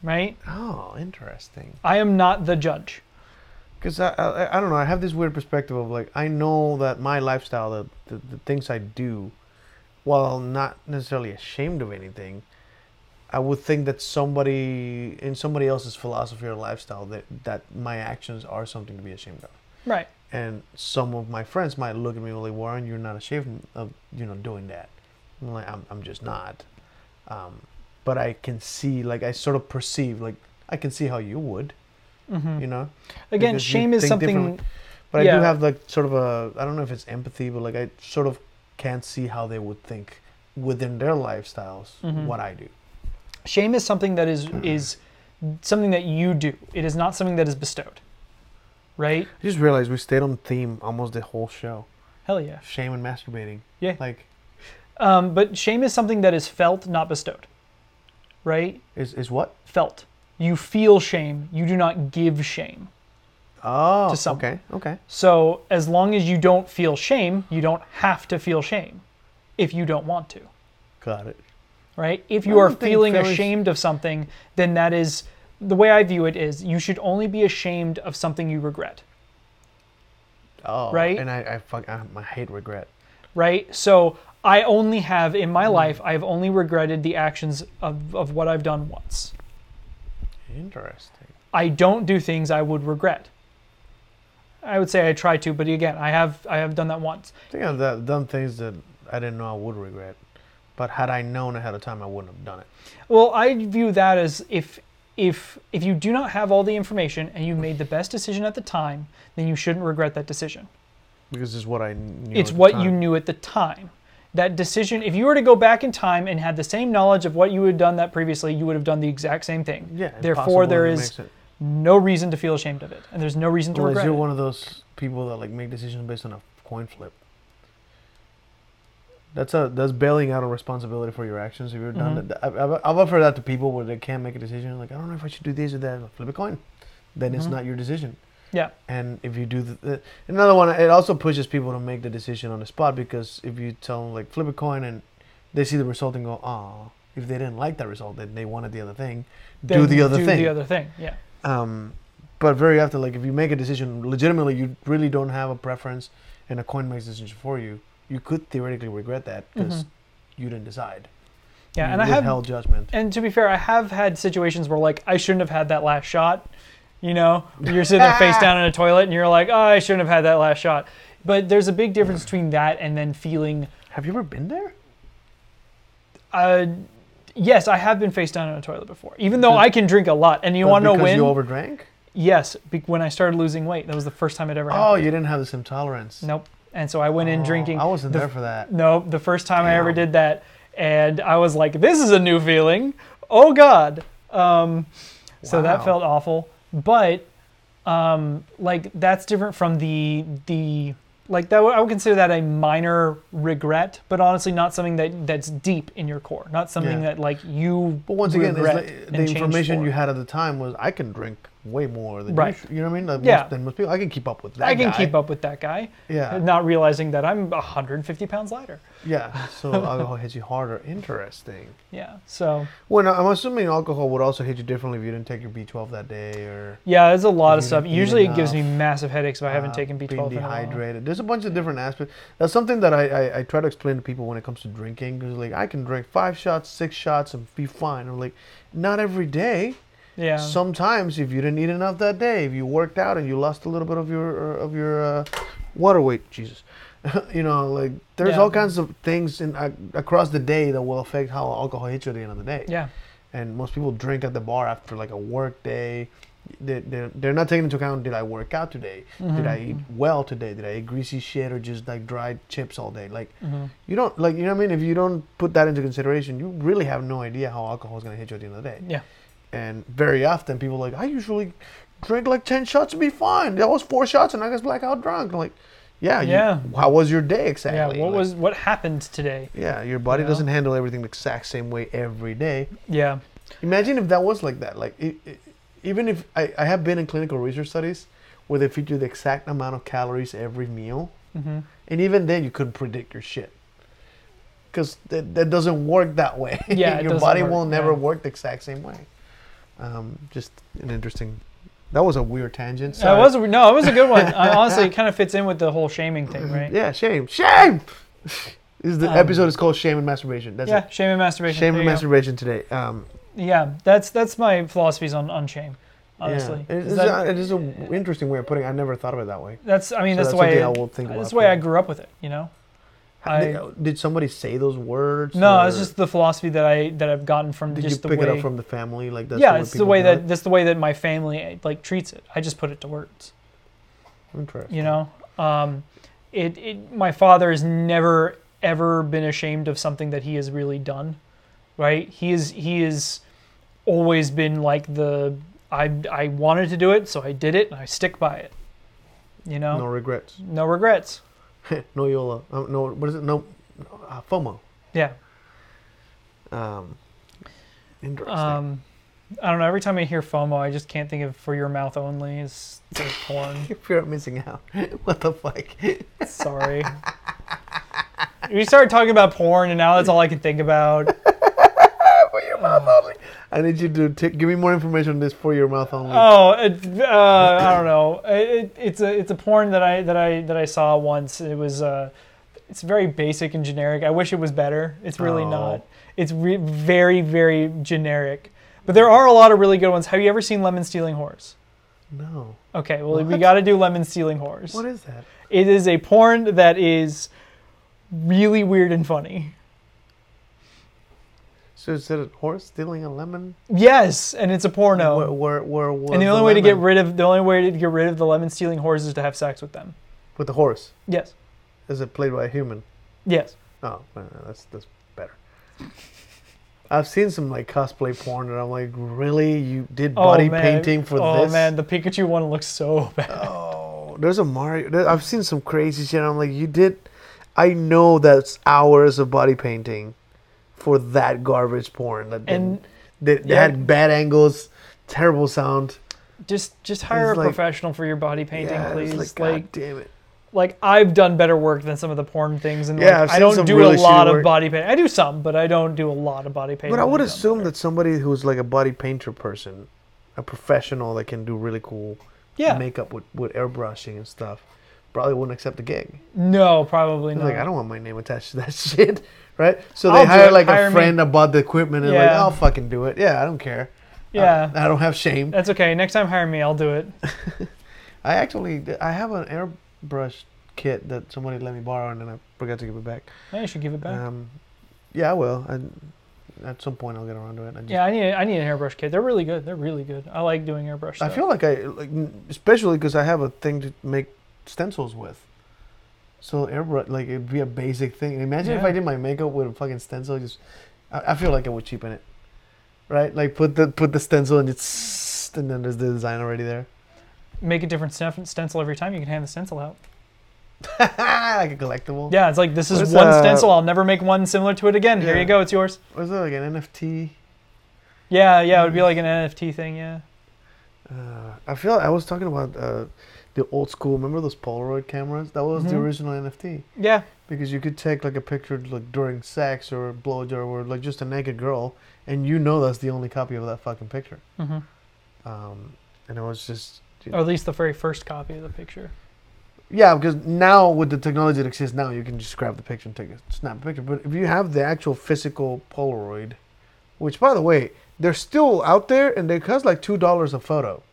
Right?
Oh, interesting.
I am not the judge.
Because I, I, I don't know. I have this weird perspective of like I know that my lifestyle, the, the, the things I do, while not necessarily ashamed of anything, I would think that somebody in somebody else's philosophy or lifestyle that that my actions are something to be ashamed of.
Right.
and some of my friends might look at me like, Warren, you're not ashamed of you know doing that. I'm like, I'm, I'm just not. Um, but I can see, like, I sort of perceive, like, I can see how you would, you know.
Again,
because you
shame is
think
something.
differently. But I
yeah.
do have like sort of a, I don't know if it's empathy, but like I sort of can't see how they would think within their lifestyles
Mm-hmm.
what I do.
Shame is something that is is something that you do. It is not something that is bestowed. Right?
I just realized we stayed on theme almost the whole show.
Hell yeah.
Shame and masturbating.
Yeah.
Like,
Um, but shame is something that is felt, not bestowed. Right?
is is what?
Felt. You feel shame. You do not give shame.
Oh,
To some-
okay, okay.
So as long as you don't feel shame, you don't have to feel shame if you don't want to,
Got it.
right? If
I
you
don't
are
think
feeling
feeling-
ashamed of something, then that is the way I view it is you should only be ashamed of something you regret,
Oh,
Right?
And I, I fuck, I, I hate regret.
right? So I only have in
Hmm.
my life, I've only regretted the actions of, of what I've done once.
Interesting.
I don't do things I would regret. I would say I try to, but again, I have I have done that once.
I think I've done- done things that I didn't know I would regret, but had I known ahead of time, I wouldn't have done it.
Well, I view that as if if if you do not have all the information and you made the best decision at the time, then you shouldn't regret that decision.
Because it's what I knew.
it's
at the
what you
time.
knew at the time. That decision, if you were to go back in time and had the same knowledge of what you had done that previously, you would have done the exact same thing.
Yeah. and
Therefore, there
possibly it
is
makes it-
no reason to feel ashamed of it, and there's no reason to
Unless
regret.
you're
it.
one of those people that like make decisions based on a coin flip. That's a that's bailing out of responsibility for your actions. If you're done,
Mm-hmm.
that I've, I've I've offered that to people where they can't make a decision. Like I don't know if I should do this or that. Flip a coin, then it's
Mm-hmm.
not your decision.
Yeah.
And if you do the, the, another one, it also pushes people to make the decision on the spot because if you tell them like flip a coin and they see the result and go, oh, if they didn't like that result, then they wanted the other thing, do
Then
the other
do
thing.
the other thing. Yeah.
Um, but very often, like if you make a decision legitimately, you really don't have a preference, and a coin makes decisions for you. You could theoretically regret that because you didn't decide.
Yeah.
You
Mm-hmm. And I have
withheld judgment.
and to be fair, I have had situations where like I shouldn't have had that last shot. You know, you're sitting there
(laughs)
face down in a toilet, and you're like, "Oh, I shouldn't have had that last shot." But there's a big difference between that and then feeling,
Have you ever been there?
uh, "Yes, I have been face down in a toilet before," even though I can drink a lot. And you want to know
because
when?
you overdrank.
yes, be- when I started losing weight, that was the first time it ever
Oh,
happened.
you didn't have the same tolerance.
Nope. And so I went in
Oh,
drinking.
I wasn't
the
there for that.
No, the first time I ever did that, and I was like, "This is a new feeling." Oh God. Um, So that
Wow.
felt awful, but um, like that's different from the the like that. I would consider that a minor regret, but honestly, not something that that's deep in your core. Not something
Yeah.
that like you.
But once again, it's
regret
like,
and
the
change
information
for.
you had at the time was I can drink way more than
Right.
you. sh- You know what I mean? Like,
Yeah.
Most, than most people, I can keep up with that.
I can
guy.
keep up with that guy.
Yeah.
Not realizing that I'm 150 pounds lighter.
Yeah. So
(laughs)
alcohol hits you harder. Interesting.
Yeah. So.
Well, no, uh, I'm assuming alcohol would also hit you differently if you didn't take your B12 that day or
Yeah, there's a lot of
You
stuff.
didn't eat
Usually, it gives me
enough,
massive headaches if I haven't
uh,
taken B12.
being
in a while.
dehydrated. There's a bunch of different aspects. That's something that I, I, I try to explain to people when it comes to drinking. Because like I can drink five shots, six shots, and be fine. I'm like, not every day.
Yeah.
Sometimes if you didn't eat enough that day, if you worked out and you lost a little bit of your of your uh, water weight, Jesus, (laughs) you know, like there's
Yeah.
all kinds of things in uh, across the day that will affect how alcohol hits you at the end of the day.
yeah.
and most people drink at the bar after like a work day. They- They're, they're not taking into account did I work out today? Did I eat
Mm-hmm.
well today? Did I eat greasy shit or just like dried chips all day? Like,
Mm-hmm.
you don't, like, you know what I mean? If you don't put that into consideration, you really have no idea how alcohol is going to hit you at the end of the day.
Yeah.
And very often people are like, I usually drink like 10 shots and be fine. That was four shots and I was blackout drunk. I'm like, Yeah. you-
Yeah.
how was your day
Yeah,
exactly?
what
Like,
was what happened today?
Yeah, your body doesn't handle everything the exact same way every day.
Yeah.
Imagine if that was like that. Like, it, it, even if I, I have been in clinical research studies where they feed you the exact amount of calories every meal,
Mm-hmm.
and even then you couldn't predict your shit because that, that doesn't work that way.
(laughs)
(laughs)
Yeah, it
your
doesn't
body
work,
will never
yeah.
work the exact same way. Um, just an interesting. That was a weird tangent.
That
sorry.
was a, no, it was a
(laughs)
good one. I, honestly, it kind of fits in with the whole shaming thing, right?
Yeah, shame, shame. (laughs) This is the episode is called "Shame and Masturbation." That's
Um, Yeah,
it.
shame and masturbation.
Shame
There
and
you go.
masturbation today. Um,
Yeah, that's that's my philosophies on, on shame. Honestly,
yeah. it,
Is
is
that-
a, it is an interesting way of putting. it. I never thought of it that way.
that's I
So
mean that's,
that's
the way
something I will think
that's
about
the way I
too.
grew up with it. You know, I
Did- Did somebody say those words?
no, it's
or
just the philosophy that I that I've gotten from
Did
just
you
the
pick
way.
it up from the family? Like that's
yeah,
what
it's the
people
way
do it?
that that's the way that my family like treats it. I just put it to words.
Interesting.
You know, um, it, it my father has never ever been ashamed of something that he has really done, right? He is he is always been like the I I wanted to do it, so I did it, and I stick by it. You know,
No regrets. (laughs)
no regrets.
no YOLO. Um, no. What is it? No. Uh, FOMO.
Yeah.
Um, interesting.
Um, I don't know. Every time I hear FOMO, I just can't think of "For Your Mouth Only" is the porn.
(laughs) Fear of missing out. (laughs) what the fuck? (laughs)
Sorry. we started talking about porn, and now that's all I can think about.
I need you to t- give me more information on this for your mouth only.
Oh, it, uh, I don't know. It, it, it's a it's a porn that I that I that I saw once. It was uh, it's very basic and generic. I wish it was better. It's really
Oh.
not. It's re- very very generic. But there are a lot of really good ones. Have you ever seen Lemon Stealing Horse?
No.
Okay, well we got to do Lemon Stealing Horse.
What is that?
It is a porn that is really weird and funny.
So is it a horse stealing a lemon?
Yes, and it's a porno.
Where, where, where was
and the only way to get
lemon?
rid of the only way to get rid of the lemon stealing horse is to have sex with them.
with the horse
Yes.
is it played by a human?
Yes.
Oh, no, no, that's that's better. I've seen some like cosplay porn, and I'm like, really? You did body painting for
oh,
this?
man, the Pikachu one looks so (laughs) bad.
Oh, there's a Mario. there- I've seen some crazy shit. and I'm like, you did. I know that's hours of body painting for that garbage porn. That
And-
and that, that
yeah.
had bad angles, terrible sound.
Just just hire a
It's like-
professional for your body painting,
Yeah, it's
please.
like,
Like,
God
like
damn it.
I've done better work than some of the porn things and
Yeah, I've
like, I
seen
don't
some
do
really
a lot
shitty
of
work.
body painting. I do some, but I don't do a lot of body painting.
But I would
I've done
assume
better.
that somebody who's like a body painter person, a professional that can do really cool
yeah.
makeup with, with airbrushing and stuff, probably wouldn't accept the gig.
no, probably not.
Like, I don't want my name attached to that (laughs) shit, right? So
I'll
they
do
hire
it.
like
Hire
a
me.
friend that bought the equipment and like,
Yeah.
I'll fucking do it. Yeah, I don't care.
yeah.
I don't have shame.
That's okay. Next time, hire me. I'll do it.
I actually, I have an airbrush kit that somebody let me borrow and then I forgot to give it back.
Yeah, you should give it back.
Um, yeah, I will. I, at some point, I'll get around to it. I just,
yeah, I need a, I need an airbrush kit. They're really good. They're really good. I like doing airbrush.
I
Stuff.
feel like I, like, n- especially because I have a thing to make stencils with. So airbrush, like it'd be a basic thing. Imagine if
Yeah.
I did my makeup with a fucking stencil. Just, I, I feel like I would cheapen it, right? Like put the put the stencil and just, and then there's the design already there. (laughs)
make a different sten- stencil every time. You can hand the stencil out.
like a collectible.
Yeah, it's like this is
What is,
one
uh,
stencil. I'll never make one similar to it again. Here
Yeah.
you go. It's yours.
Was it like an NFT?
Yeah, yeah. It would be like an NFT thing. Yeah.
Uh, I feel I was talking about uh, the old school. Remember those Polaroid cameras? That was
Mm-hmm.
the original NFT.
Yeah.
Because you could take like a picture like during sex or a blowjob or like just a naked girl, and you know that's the only copy of that fucking picture.
Mhm.
Um, and it was just
Or at least the very first copy of the picture.
yeah, because now with the technology that exists now, you can just grab the picture and take a snap a picture. But if you have the actual physical Polaroid, which by the way, they're still out there and they cost like two dollars a photo.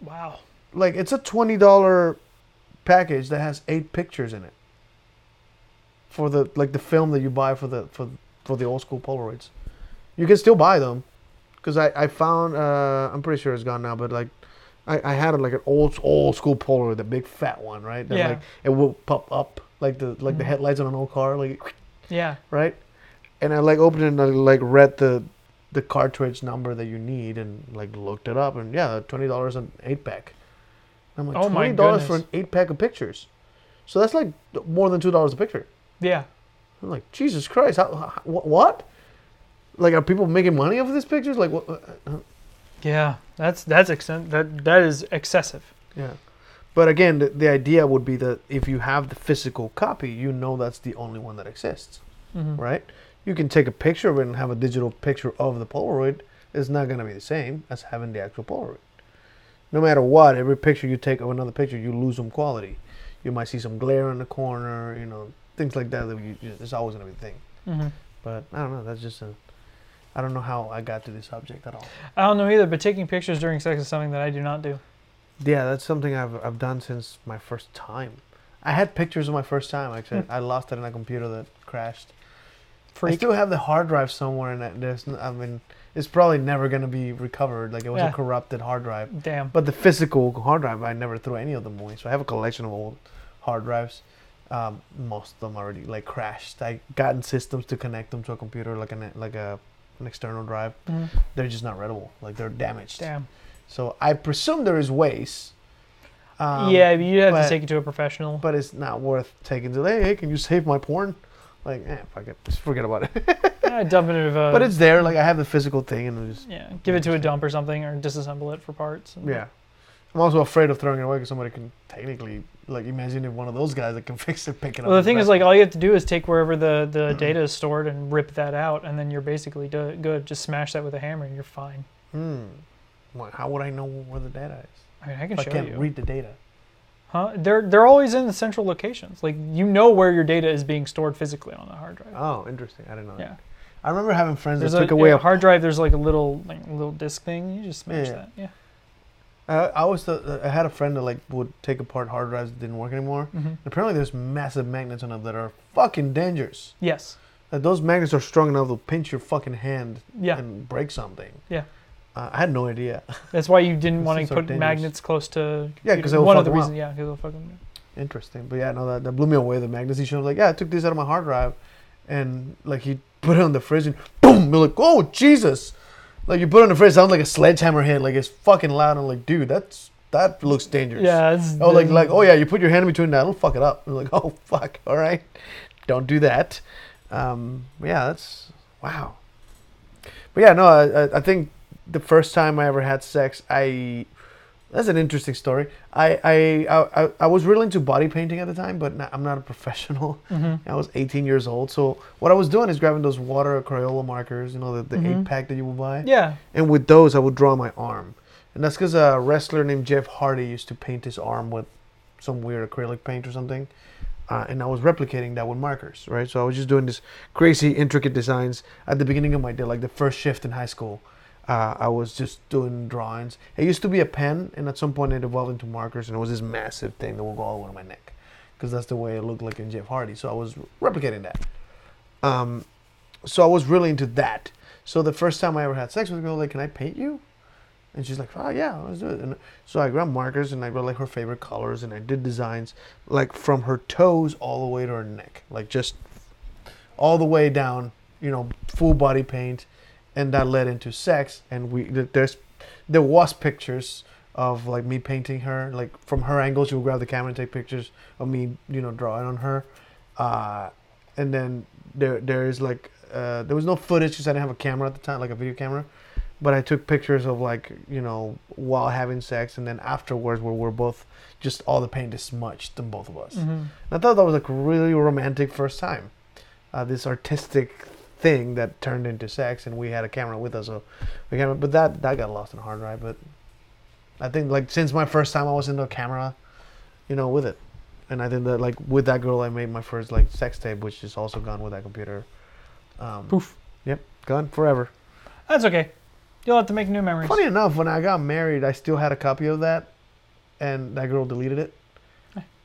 Wow.
Like it's a twenty dollar package that has eight pictures in it. For the like the film that you buy for the for for the old school Polaroids, you can still buy them, because I I found uh I'm pretty sure it's gone now, but like. I, I had like an old old school Polaroid, the big fat one, right? That
Yeah.
like it will pop up like the like the headlights on an old car, like (laughs)
Yeah.
right? And I like opened it and I like read the the cartridge number that you need and like looked it up and yeah, twenty dollars an eight pack. I'm like
Oh my
twenty dollars for an
goodness.
eight pack of pictures. So that's like more than two dollars a picture.
Yeah.
I'm like, Jesus Christ, how, how, wh- what? Like, are people making money off of these pictures? Like, what?
Yeah. That's that's extent that that is excessive.
Yeah. But again, the, the idea would be that if you have the physical copy, you know that's the only one that exists, right? You can take a picture of it and have a digital picture of the Polaroid. It's not going to be the same as having the actual Polaroid. No matter what, every picture you take of another picture, you lose some quality. You might see some glare in the corner, you know, things like that. that you, you, it's always going to be a thing. But I don't know. That's just a. I don't know how I got to this subject at all.
I don't know either, but taking pictures during sex is something that I do not do.
Yeah, that's something I've I've done since my first time. I had pictures of my first time. Actually, I lost it in a computer that crashed. I
Hmm. Freak.
still have the hard drive somewhere, and I- there's n- I mean, it's probably never gonna be recovered. Like it was
Yeah.
a corrupted hard drive.
Damn.
But the physical hard drive, I never threw any of them away. So I have a collection of old hard drives. Um, most of them already like crashed. I gotten systems to connect them to a computer, like an like a an external drive. They're just not readable. Like they're damaged.
Damn.
So I presume there is ways. Um,
yeah, but you'd have
but-
to take it to a professional.
but it's not worth taking to. Hey, hey, can you save my porn? Like, eh, fuck it, just forget about it.
yeah, dump it into a.
but it's there. Like I have the physical thing, and I just
yeah, give it to a dump or something, or disassemble it for parts. and-
yeah. I'm also afraid of throwing it away because somebody can technically like imagine if one of those guys that can (laughs) fix it pick it up.
Well, the
and
thing
back-
is, like, all you have to do is take wherever the,
Mm-hmm.
the data is stored and rip that out, and then you're basically do- good. Just smash that with a hammer, and you're fine.
Why- how would I know where the data is?
I mean, I can
If I
show
can't
you.
read the data.
huh? They're they're always in the central locations. Like, you know where your data is being stored physically on a hard drive.
Oh, interesting. I didn't know.
yeah.
That. I remember having friends
There's
that
a,
took away
yeah,
a
hard drive. There's like a little like a little disc thing. You just smash
Yeah.
that. Yeah.
I I always thought, uh, I had a friend that like would take apart hard drives that didn't work anymore.
Mm-hmm.
Apparently, there's massive magnets on them that are fucking dangerous.
Yes.
Like those magnets are strong enough to pinch your fucking hand
Yeah.
and break something.
Yeah.
Uh, I had no idea. (laughs)
That's why you didn't
This
want
is
to
so
put
dangerous.
magnets close to.
Yeah, 'cause they'll
one
fuck
of the
them
reasons.
up.
Yeah, because they'll fucking.
Interesting, but yeah, no, that, that blew me away. The magnets he showed, I'm like, yeah, I took this out of my hard drive, and like he (laughs) put it on the fridge and boom, you're like, oh Jesus, like you put it on the fridge, sounds like a sledgehammer hit, like it's fucking loud. I'm like, dude, that's that looks dangerous.
Yeah. It's
Oh, like
the-
like oh yeah, you put your hand in between that, it'll fuck it up. I'm like, (laughs) oh fuck, all right, don't do that. Um, but yeah, that's wow. But yeah, no, I, I- I think the first time I ever had sex, I that's an interesting story. I I I, I, I was really into body painting at the time, but not, I'm not a (laughs) professional. I was 18 years old, so what I was doing is grabbing those water Crayola markers, you know, the, the eight pack that you will buy.
Yeah.
And with those, I would draw my arm. And that's because a wrestler named Jeff Hardy used to paint his arm with some weird acrylic paint or something. Uh, and I was replicating that with markers, right? So I was just doing this crazy, intricate designs at the beginning of my day, like the first shift in high school. Uh, I was just doing drawings. It used to be a pen, and at some point it evolved into markers, and it was this massive thing that would go all the way to my neck, because that's the way it looked like in Jeff Hardy. So I was replicating that Um, so I was really into that. So the first time I ever had sex with a girl, like, can I paint you? And she's like, oh yeah, let's do it. And so I grabbed markers and I wrote like her favorite colors and I did designs like from her toes all the way to her neck, like just all the way down, you know, full body paint, and that led into sex. And we th- there's there was pictures of like me painting her, like from her angle, she would grab the camera and take pictures of me, you know, drawing on her. Uh, and then there there is like uh, there was no footage because I didn't have a camera at the time, like a video camera. But I took pictures of like you know while having sex and then afterwards where we're both just all the paint is smudged on both of us. And I thought that was like a really romantic first time, uh, this artistic thing that turned into sex and we had a camera with us. So we camera, but that that got lost in hard drive. But I think like since my first time I was into a camera, you know, with it. And I think that like with that girl I made my first like sex tape, which is also gone with that computer. Um,
Poof.
Yep, gone forever.
That's okay. You'll have to make new memories.
Funny enough, when I got married, I still had a copy of that, and that girl deleted it,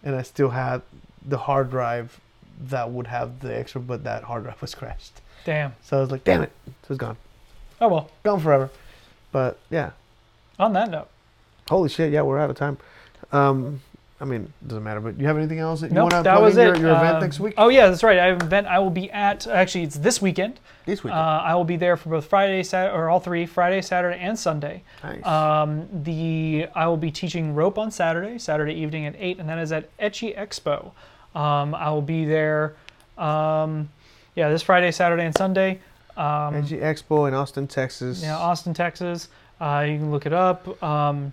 and I still had the hard drive that would have the extra, but that hard drive was crashed.
Damn.
So I was like, damn it, so it's gone,
Oh well.
gone forever. But yeah,
On that note,
holy shit, yeah, we're out of time. Um, I mean, it doesn't matter. But you have anything else that you
Nope,
want to
that
plug
was
in your,
it.
your event
Um,
next week?
Oh yeah, that's right. I have an event. I will be at. Actually, it's this weekend.
This weekend.
Uh, I will be there for both Friday, Sat, or all three Friday, Saturday, and Sunday.
nice.
Um, the I will be teaching rope on Saturday, Saturday evening at eight, and that is at Etchy Expo. Um, I will be there. Um, yeah, this Friday, Saturday, and Sunday. Um,
Energy Expo in Austin, Texas.
Yeah, Austin, Texas. Uh, you can look it up. Um,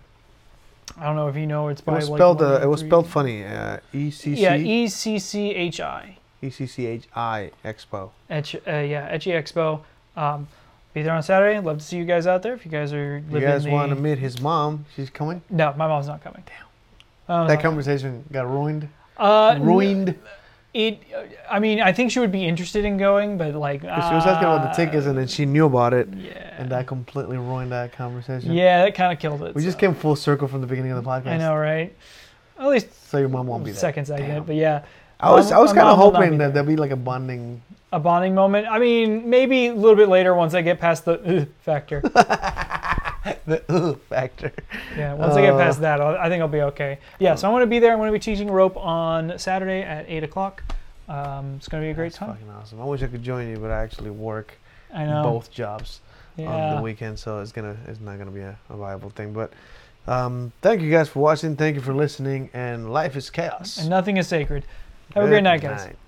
I don't know if you know. It's
it
by
was
like
spelled.
one
uh,
of
it was
three-
spelled funny. Uh, E C
Yeah,
C
E C C H I.
E C C H I Expo.
Etch, uh, yeah, Etchy Expo. Um, be there on Saturday. Love to see you guys out there. If you guys are
You
living
guys
the...
want to meet his mom? She's coming.
No, my mom's not coming. Damn.
That conversation got ruined.
uh,
Ruined.
It. I mean, I think she would be interested in going, but like. uh, She
she was asking about the tickets, and then she knew about it. Yeah. And that completely ruined that conversation.
Yeah, that kind of killed it.
We just
so.
came full circle from the beginning of the podcast.
I know, right? At least
So your mom won't be there.
seconds I
Damn.
get, but yeah.
I was I was
My
kind of
mom will not be
hoping
there.
that there'd be like a bonding. (laughs)
a bonding moment. I mean, maybe a little bit later once I get past the "Ugh" factor.
The ooh factor.
Yeah, once I get
Uh,
past that, I'll, I think I'll be okay. Yeah, so I'm going to be there. I'm going to be teaching rope on Saturday at 8 o'clock. Um, it's going to be a great
That's
time.
Fucking awesome. I wish I could join you, but I actually work
I know.
both jobs on
Yeah.
the weekend, so it's gonna it's not gonna be a, a viable thing. But um, thank you guys for watching. Thank you for listening. And life is chaos.
And nothing is sacred. Have a great night, guys.
night.